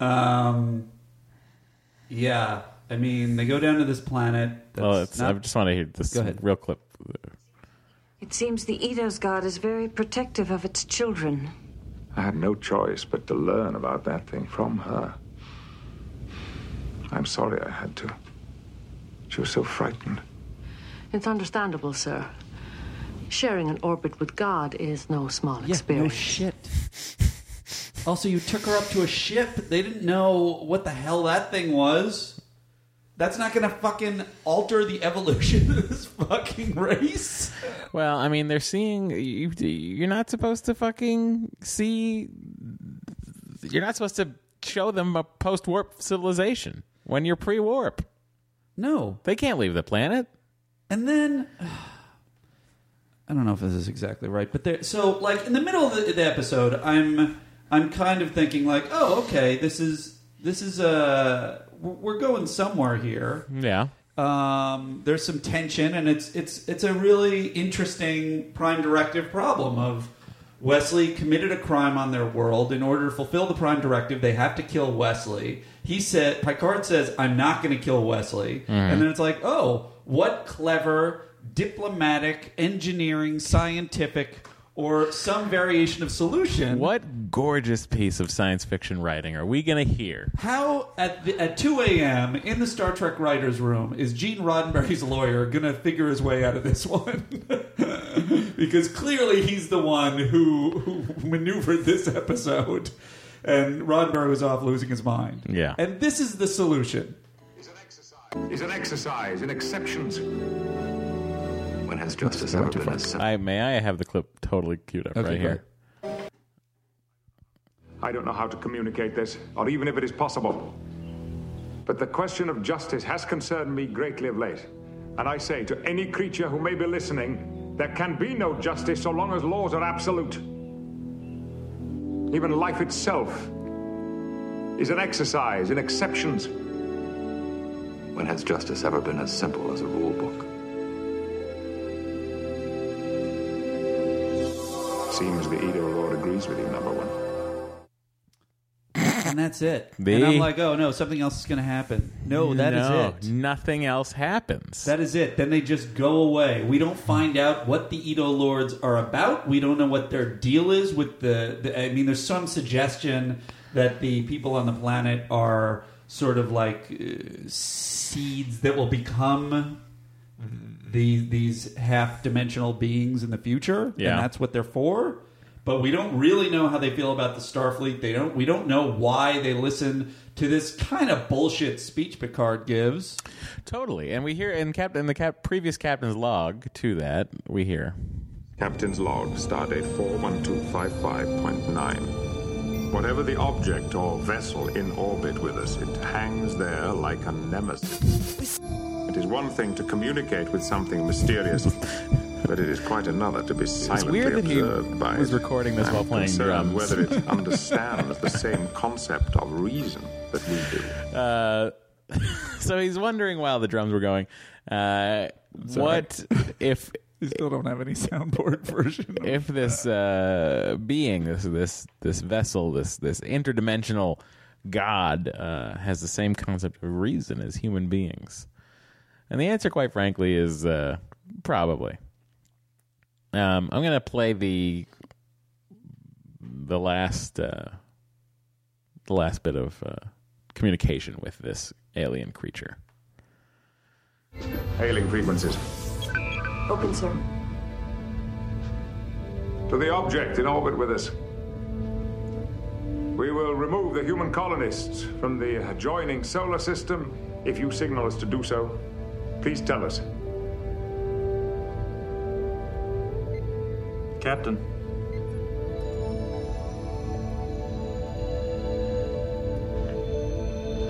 Um, yeah, I mean, they go down to this planet. That's
Well, it's, I
not-
just want to hear this
Go ahead.
real clip.
It seems the Edo's god is very protective of its children.
I had no choice but to learn about that thing from her. I'm sorry I had to. She was so frightened.
It's understandable, sir. Sharing an orbit with God is no small experience.
no shit. Also, you took her up to a ship. They didn't know what the hell that thing was. That's not going to fucking alter the evolution of this fucking race.
Well, I mean, they're seeing you. You're not supposed to fucking see. You're not supposed to show them a post warp civilization when you're pre warp.
No,
they can't leave the planet.
And then I don't know if this is exactly right, but there. So, like in the middle of the, the episode, I'm I'm kind of thinking like, oh, okay, this is this is uh, we're- we're going somewhere here.
Yeah.
Um, there's some tension, and it's it's it's a really interesting prime directive problem of Wesley committed a crime on their world. In order to fulfill the prime directive, they have to kill Wesley. He said, Picard says, "I'm not going to kill Wesley,"
Mhm.
and then it's like, oh, what clever diplomatic, engineering, scientific, or some variation of solution.
What gorgeous piece of science fiction writing are we going to hear?
How at the, at 2 a.m. in the Star Trek writers' room is Gene Roddenberry's lawyer going to figure his way out of this one? because clearly he's the one who, who maneuvered this episode, and Roddenberry was off losing his mind.
Yeah.
And this is the solution.
Is an exercise in exceptions.
When has justice ever been I may I have the clip totally queued up
Okay,
right here.
I don't know how to communicate this, or even if it is possible. But the question of justice has concerned me greatly of late. And I say to any creature who may be listening, there can be no justice so long as laws are absolute. Even life itself is an exercise in exceptions.
When has justice ever been as simple as a rule book?
Seems the Edo Lord agrees with you, number one.
And that's it.
The-
And I'm like, oh no, something else is going to happen.
Oh,
No, that is
No,
it.
Nothing else happens.
That is it. Then they just go away. We don't find out what the Edo Lords are about. We don't know what their deal is with the. the I mean, there's some suggestion that the people on the planet are sort of like uh, seeds that will become these these half dimensional beings in the future.
Yeah.
and that's what they're for. But we don't really know how they feel about the Starfleet. They don't. We don't know why they listen to this kind of bullshit speech Picard gives.
Totally. And we hear in cap in the cap previous captain's log to that we hear.
Captain's log, stardate 41255.9. Whatever the object or vessel in orbit with us, it hangs there like a nemesis. It is one thing to communicate with something mysterious, but it is quite another to be silently
weird that he
observed by
was
it.
recording this
I'm
while playing
concerned
drums.
whether it understands the same concept of reason that we do.
Uh, so he's wondering while the drums were going, uh,
Sorry.
what if
You still don't have any soundboard version. Of
if this uh, being, this this this vessel, this this interdimensional god uh, has the same concept of reason as human beings? And the answer, quite frankly, is uh, probably. Um, I'm going to play the the last uh, the last bit of uh, communication with this alien creature.
Hailing frequencies.
Open, sir.
to the object in orbit with us. We will remove the human colonists from the adjoining solar system if you signal us to do so. Please tell us.
Captain.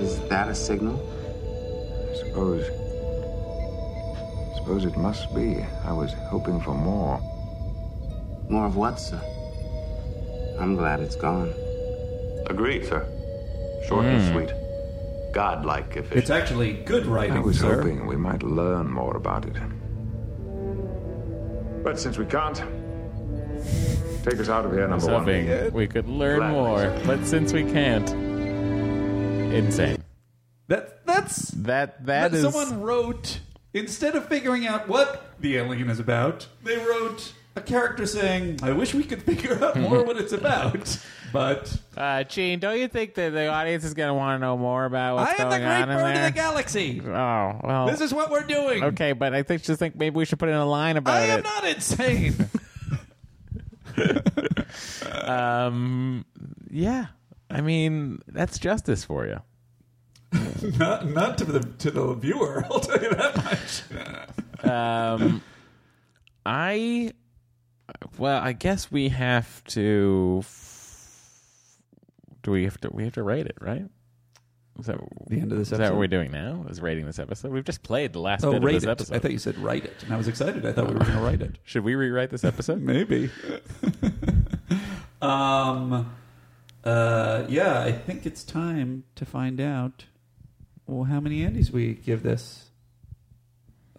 Is that a signal?
Suppose. Suppose it must be. I was hoping for more.
More of what, sir? I'm glad it's gone.
Agreed, sir. Short and
Hmm.
sweet. Godlike, if
It's actually good writing,
I was
sir.
hoping we might learn more about it.
But since we can't, take us out of here,
I was
number one.
hoping we could learn more, but since we can't, insane.
That that's
that
that
that is
someone wrote instead of figuring out what the alien is about, they wrote a character saying, "I wish we could figure out more what it's about." But
uh, Gene, don't you think that the audience is going to want to know more about what's
I am the
going
great
on in
bird of
there?
the galaxy.
Oh well,
This is what we're doing.
Okay, but I think just think maybe we should put in a line about
I am
it.
not insane.
um, yeah, I mean that's justice for you.
not not to the to the viewer. I'll tell you that much.
um, I well, I guess we have to. Do we have to? We have to rate it, right? Is that
The end of this
Is that
episode?
what we're doing now? Is rating this episode? We've just played the last
Oh,
bit
rate
of this
it.
episode.
I thought you said write it, and I was excited. I thought we were going to write it.
Should we rewrite this episode?
Maybe. um. Uh. Yeah, I think it's time to find out. Well, how many Andes we give this?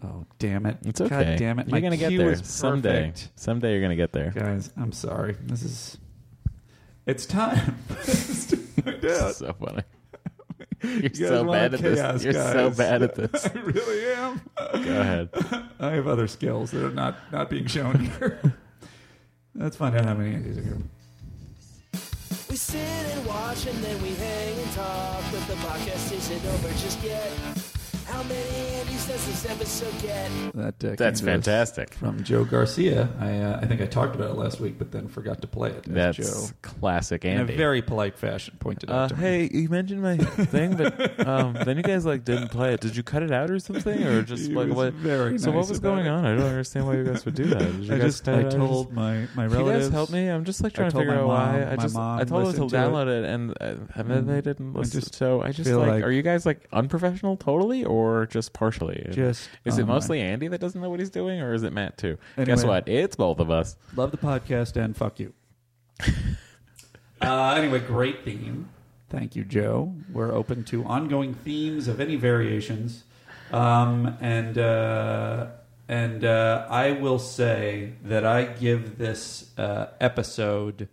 Oh, damn it!
It's okay.
God damn it!
You're
My
gonna get
cue
there
is
someday.
perfect.
Someday you're gonna get there,
guys. I'm sorry. This is. It's time.
so funny. You're
guys
so
want
bad at this.
chaos,
You're so
guys.
bad at this.
I really am.
Go ahead.
I have other skills that are not not being shown here. Let's find out how many Andes are here.
We sit and watch and then we hang and talk, but the podcast isn't over just yet. How many Andes does this episode get?
That uh,
That's
came to us
fantastic.
from Joe Garcia. I uh, I think I talked about it last week, but then forgot to play it. as
That's
Joe,
classic
in a
Andy.
very polite fashion, pointed out.
Uh,
to me.
hey, you mentioned my thing, but um, then you guys like didn't play it. Did you cut it out or something, or just
He
like
was
what?
very
so
nice
what was
about
going
it.
on? I don't understand why you guys would do that. Did you
I
guys
just
cut
I
it out or
told
just-
my my
Can
relatives.
You guys help me. I'm just like
I
trying to
told
figure
my
out why.
mom-
I
my
just I
mom
told them
listened
to
to it. Mm-hmm.
download it, and uh, and then they didn't
I
listen.
just
so I just
feel
like,
like-
are you guys like unprofessional totally, or just partially?
Just
is it
online.
mostly Andy that doesn't know what he's doing, or is it Matt too? Guess
Anyway.
what? It's both of us.
Love the podcast and fuck you. uh, anyway, great theme. Thank you, Joe. We're open to ongoing themes of any variations, um, and uh, and uh, I will say that I give this uh, episode.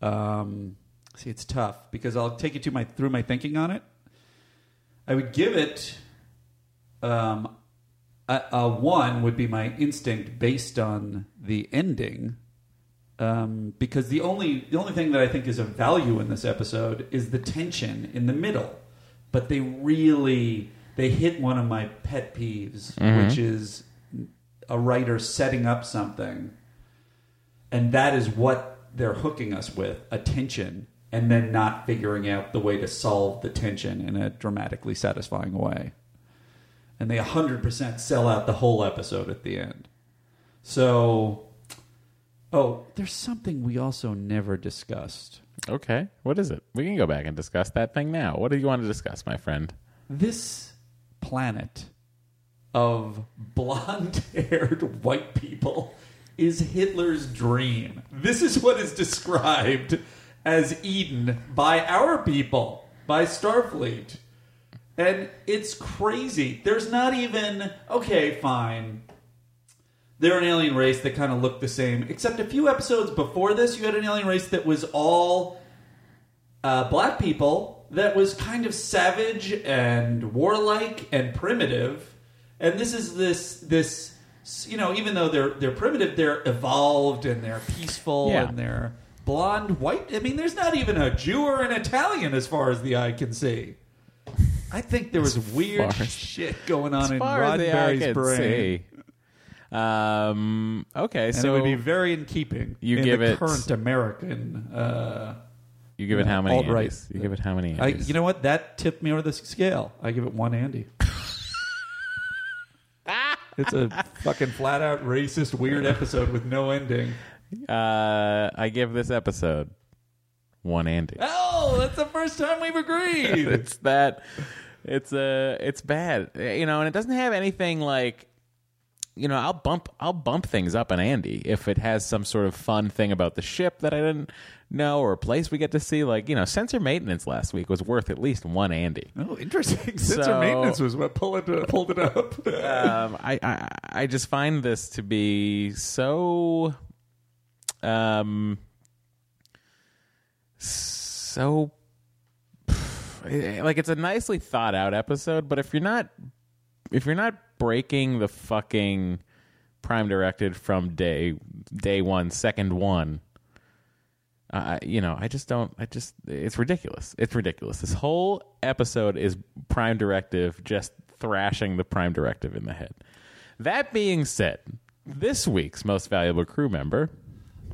Um, see, it's tough because I'll take you to my through my thinking on it. I would give it um, a, a one would be my instinct based on the ending, um, because the only the only thing that I think is of value in this episode is the tension in the middle. But they really they hit one of my pet peeves,
Mhm.
which is a writer setting up something, and that is what they're hooking us with a tension. And then not figuring out the way to solve the tension in a dramatically satisfying way and they 100% sell out the whole episode at the end. So, oh, there's something we also never discussed.
Okay. What is it? We can go back and discuss that thing now. What do you want to discuss, my friend?
This planet of blonde haired white people is Hitler's dream. This is what is described as Eden by our people, by Starfleet. And it's crazy. There's not even, okay, fine. They're an alien race that kind of look the same, except a few episodes before this, you had an alien race that was all uh, black people that was kind of savage and warlike and primitive. And this is this this you know even though they're they're primitive, they're evolved and they're peaceful
Yeah.
and they're blonde white. I mean, there's not even a Jew or an Italian as far as the eye can see. I think there was weird
far as-
shit going on in
far as the eye
Roddenberry's
can
brain.
see. Um. Okay.
And
so
it would be very in keeping.
You
in
give
the
it-
current American. Uh,
You give it how many
alt-right.
Andes? You give it how many
I,
Andes?
you know what? That tipped me over the scale. I give it one Andy. it's a fucking flat out racist weird episode with no ending.
uh, I give this episode one Andy.
Oh, that's the first time we've agreed.
it's that it's uh it's bad you know and it doesn't have anything like you know i'll bump i'll bump things up in andy if it has some sort of fun thing about the ship that i didn't know or a place we get to see like you know sensor maintenance last week was worth at least one andy
Oh, interesting. Sensor
So-
maintenance was what pulled it, pulled it up.
um, I, I I just find this to be so um so like it's a nicely thought out episode, but if you're not if you're not breaking the fucking prime directed from day day one second one uh, you know, I just don't. I just it's ridiculous. It's ridiculous. This whole episode is Prime Directive just thrashing the Prime Directive in the head. That being said, this week's most valuable crew member.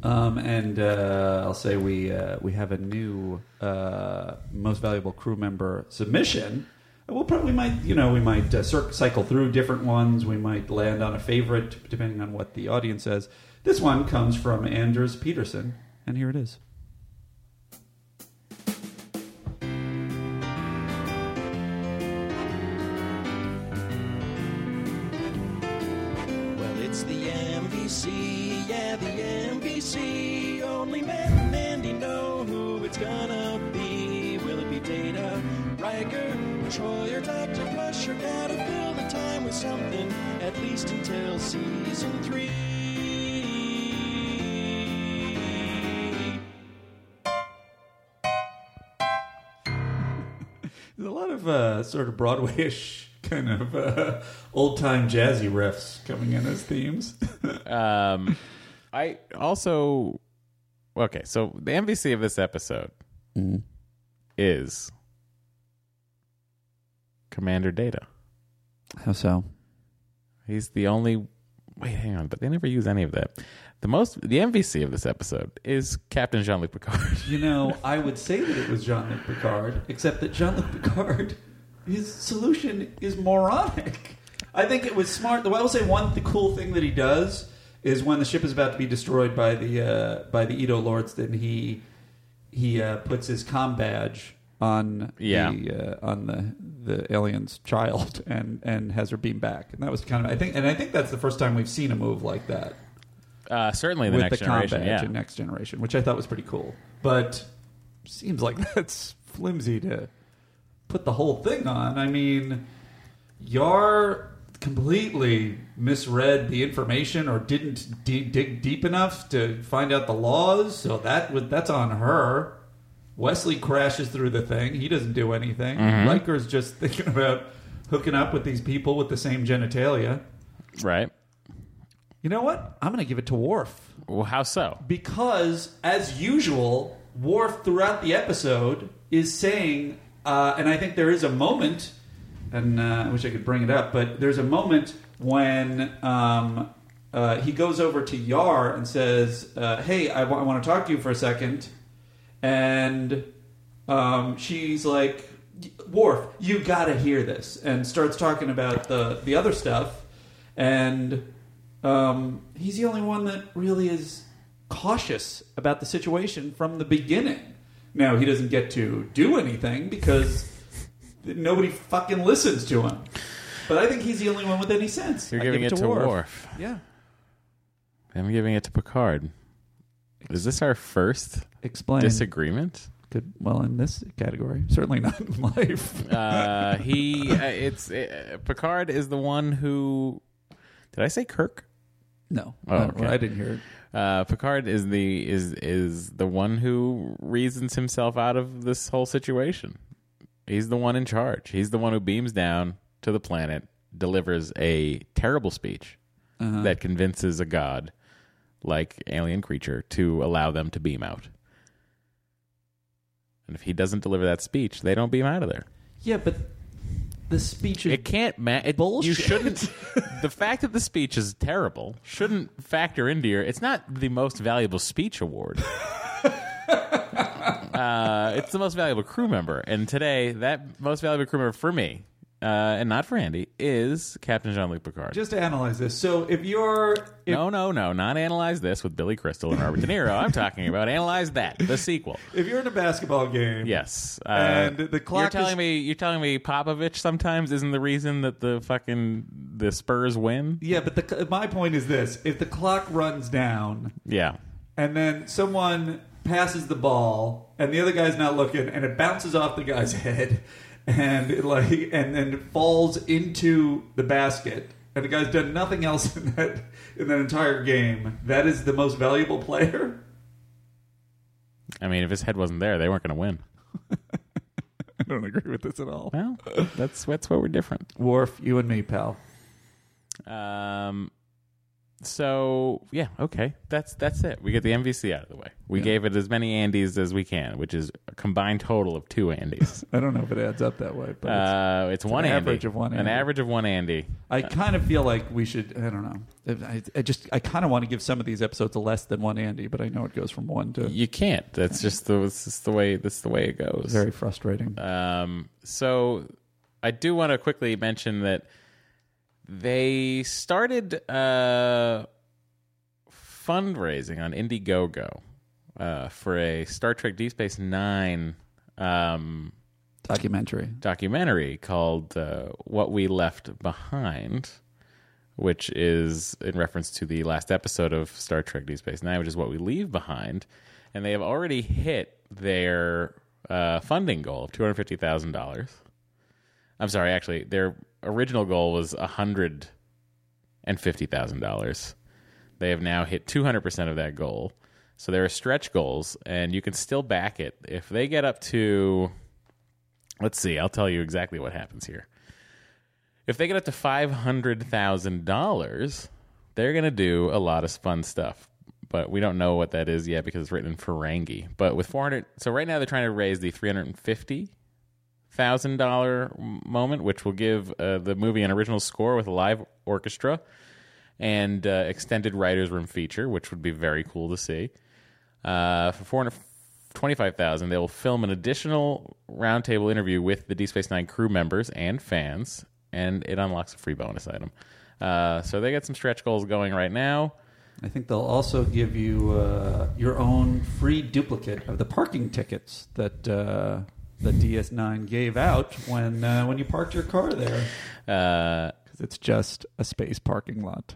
Um, and uh, I'll say we uh, we have a new uh, most valuable crew member submission. And We'll probably might you know we might uh, cir- cycle through different ones. We might land on a favorite depending on what the audience says. This one comes from Anders Peterson, and here it is.
Well, it's the MVC, yeah, the MVC. Only Matt and Andy know who it's gonna be. Will it be Data, Riker, Troy, or Dr. Crusher? Gotta fill the time with something, at least until season three.
There's a lot of uh, sort of Broadway-ish kind of uh, old-time jazzy riffs coming in as themes.
um, I also okay. So the MVC of this episode is Commander Data.
How so?
He's the only. Wait, hang on. But they never use any of that. The most the MVC of this episode is Captain Jean Luc Picard.
You know, I would say that it was Jean Luc Picard, except that Jean Luc Picard, his solution is moronic. I think it was smart. Though I will say one the cool thing that he does is when the ship is about to be destroyed by the uh, by the Edo lords, then he he uh, puts his com badge on
Yeah.
the uh, on the the alien's child and and has her beam back, and that was kind of I think and I think that's the first time we've seen a move like that.
Uh, certainly the
with
next
the com
generation.
badge
Yeah.
in next generation, which I thought was pretty cool. But seems like that's flimsy to put the whole thing on. I mean, Yar completely misread the information or didn't de- dig deep enough to find out the laws, so that was that's on her. Wesley crashes through the thing. He doesn't do anything.
Mhm.
Riker's just thinking about hooking up with these people with the same genitalia.
Right.
You know what? I'm going to give it to Worf.
Well, how so?
Because, as usual, Worf throughout the episode is saying, uh, and I think there is a moment, and uh, I wish I could bring it up, but there's a moment when um, uh, he goes over to Yar and says, uh, Hey, I want to talk to you for a second. And um, she's like, Worf, you gotta hear this, and starts talking about the the other stuff, and um, he's the only one that really is cautious about the situation from the beginning. Now he doesn't get to do anything because nobody fucking listens to him. But I think he's the only one with any sense.
You're
I
giving
give
it to
Worf.
Worf.
Yeah.
I'm giving it to Picard. Is this our first
Explain.
disagreement?
Good. Well, in this category, certainly not in life.
Uh, he, uh, it's uh, Picard is the one who. Did I say Kirk?
No.
Oh,
Uh,
okay.
I didn't hear it.
Uh, Picard is the is is the one who reasons himself out of this whole situation. He's the one in charge. He's the one who beams down to the planet, delivers a terrible speech
Uh-huh.
that convinces a god like alien creature to allow them to beam out. And if he doesn't deliver that speech, they don't beam out of there.
Yeah, but the speech is
It can't ma- it, You shouldn't. the fact that the speech is terrible shouldn't factor into your. It's not the most valuable speech award. uh, it's the most valuable crew member, and today that most valuable crew member for me, uh, and not for Andy, is Captain Jean Luc Picard.
Just to analyze this. So if you're if
no, no, no, not analyze this with Billy Crystal and Robert De Niro. I'm talking about analyze that the sequel.
if you're in a basketball game,
Yes, uh,
and the
You're
clock
telling
is
me you're telling me Popovich sometimes isn't the reason that the fucking the Spurs win.
Yeah, but the, my point is this: if the clock runs down,
Yeah.
and then someone passes the ball, and the other guy's not looking, and it bounces off the guy's head, and it like, and then it falls into the basket, and the guy's done nothing else in that in that entire game. That is the most valuable player.
I mean, if his head wasn't there, they weren't going to win.
I don't agree with this at all.
Well, that's that's where we're different.
Worf, you and me, pal.
Um, so yeah, okay, that's that's it. We get the MVC out of the way. We
Yeah.
gave it as many Andes as we can, which is a combined total of two Andes.
I don't know if it adds up that way, but it's,
uh, it's,
an
one Andy.
average of one.
An
Andy.
average of one Andy.
I kind of feel like we should. I don't know. If- I, I just I kind of want to give some of these episodes a less than one Andy, but I know it goes from one to.
You can't. That's just the that's just the way that's the way it goes.
Very frustrating.
Um, so I do want to quickly mention that they started uh, fundraising on Indiegogo uh, for a Star Trek Deep Space Nine um,
documentary.
documentary called uh, "What We Left Behind." Which is in reference to the last episode of Star Trek Deep Space Nine, which is what we leave behind. And they have already hit their uh, funding goal of $250,000. I'm sorry, actually, their original goal was $150,000. They have now hit 200% of that goal. So there are stretch goals, and you can still back it. If they get up to, Let's see. I'll tell you exactly what happens here. If they get up to five hundred thousand dollars, they're gonna do a lot of fun stuff. But we don't know what that is yet because it's written in Ferengi. But with four hundred, so right now they're trying to raise the three hundred and fifty thousand dollar moment, which will give uh, the movie an original score with a live orchestra and uh, extended writers' room feature, which would be very cool to see. Uh, for four hundred twenty-five thousand, they will film an additional roundtable interview with the D Space Nine crew members and fans, and it unlocks a free bonus item. Uh, so they got some stretch goals going right now.
I think they'll also give you uh, your own free duplicate of the parking tickets that uh, the DS9 gave out when uh, when you parked your car there.
Because
it's just a space parking lot.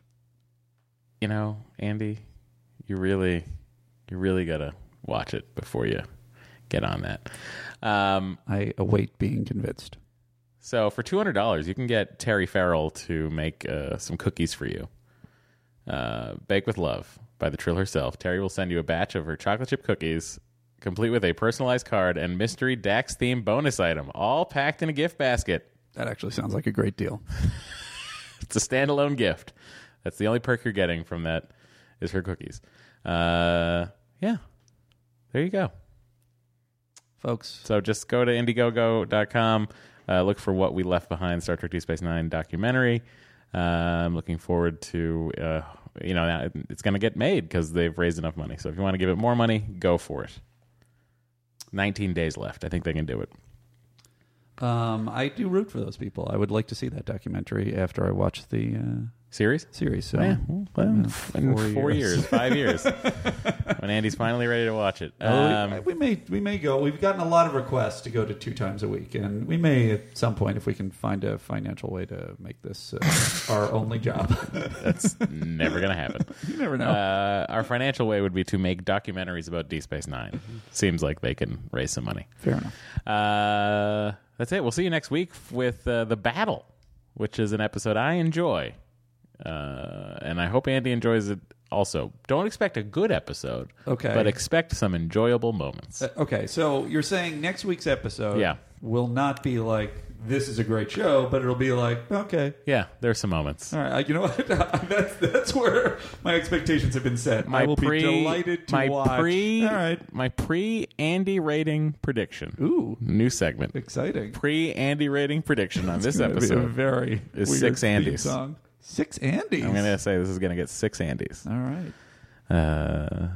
You know, Andy, you really, you really gotta watch it before you get on that. Um,
I await being convinced.
So for two hundred dollars, you can get Terry Farrell to make uh, some cookies for you. Uh, Bake with Love by the Trill herself. Terry will send you a batch of her chocolate chip cookies, complete with a personalized card and mystery Dax themed bonus item, all packed in a gift basket.
That actually sounds like a great deal.
it's a standalone gift. That's the only perk you're getting from that is her cookies. Uh, yeah, there you go.
Folks.
So just go to Indiegogo.com, uh, look for what we left behind Star Trek Deep Space Nine documentary. Uh, I'm looking forward to, uh, you know, now it's going to get made because they've raised enough money. So if you want to give it more money, go for it. 19 days left. I think they can do it.
Um, I do root for those people. I would like to see that documentary after I watch the uh,
series.
Series, so
Oh, Yeah,
you know,
In four, years. five years, when Andy's finally ready to watch it.
Uh,
Um,
we, we may we may go. We've gotten a lot of requests to go to two times a week, and we may at some point, if we can find a financial way to make this uh, our only job.
That's Um, never going to happen.
You never know.
Uh, our financial way would be to make documentaries about D Space Nine. Seems like they can raise some money.
Fair enough.
Uh, that's it. We'll see you next week with uh, The Battle, which is an episode I enjoy. Uh, and I hope Andy enjoys it also. Don't expect a good episode.
Okay.
But expect some enjoyable moments.
Uh, okay, so you're saying next week's episode
Yeah.
will not be like this is a great show, but it'll be like okay,
Yeah, there's some moments.
all right. I- You know what? that's that's where my expectations have been set. I will be delighted to
my
watch.
pre,
all right,
my pre Andy rating prediction.
Ooh,
new segment,
exciting.
Pre Andy rating prediction on this
gonna be a
episode.
very
is
weird
six
theme
Andys.
song. Six Andys.
I'm gonna say this is gonna get six Andys.
All right.
Uh,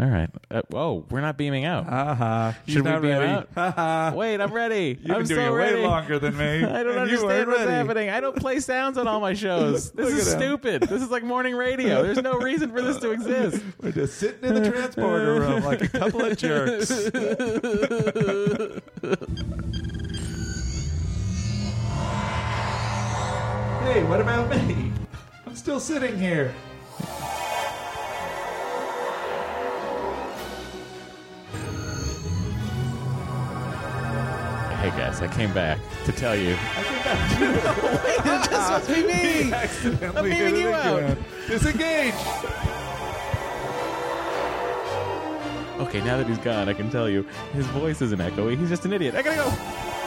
all right. Uh, whoa, we're not beaming out.
Uh-huh.
Should we beam out? Wait, I'm ready.
You've
I'm
been doing
so
it way
ready.
longer than me,
I don't
and you
understand
weren't
what's
ready.
happening. I don't play sounds on all my shows. This
Look
is
at him.
stupid. This is like morning radio. There's no reason for this to exist.
We're just sitting in the transporter room like a couple of jerks. hey, what about me? I'm still sitting here.
Hey guys, I came back to tell you.
Wait,
it's just supposed to be me.
accidentally
I'm
hit
beaming
it
you out.
again. Disengage.
Okay, now that he's gone, I can tell you his voice isn't echoey. He's just an idiot. I gotta go.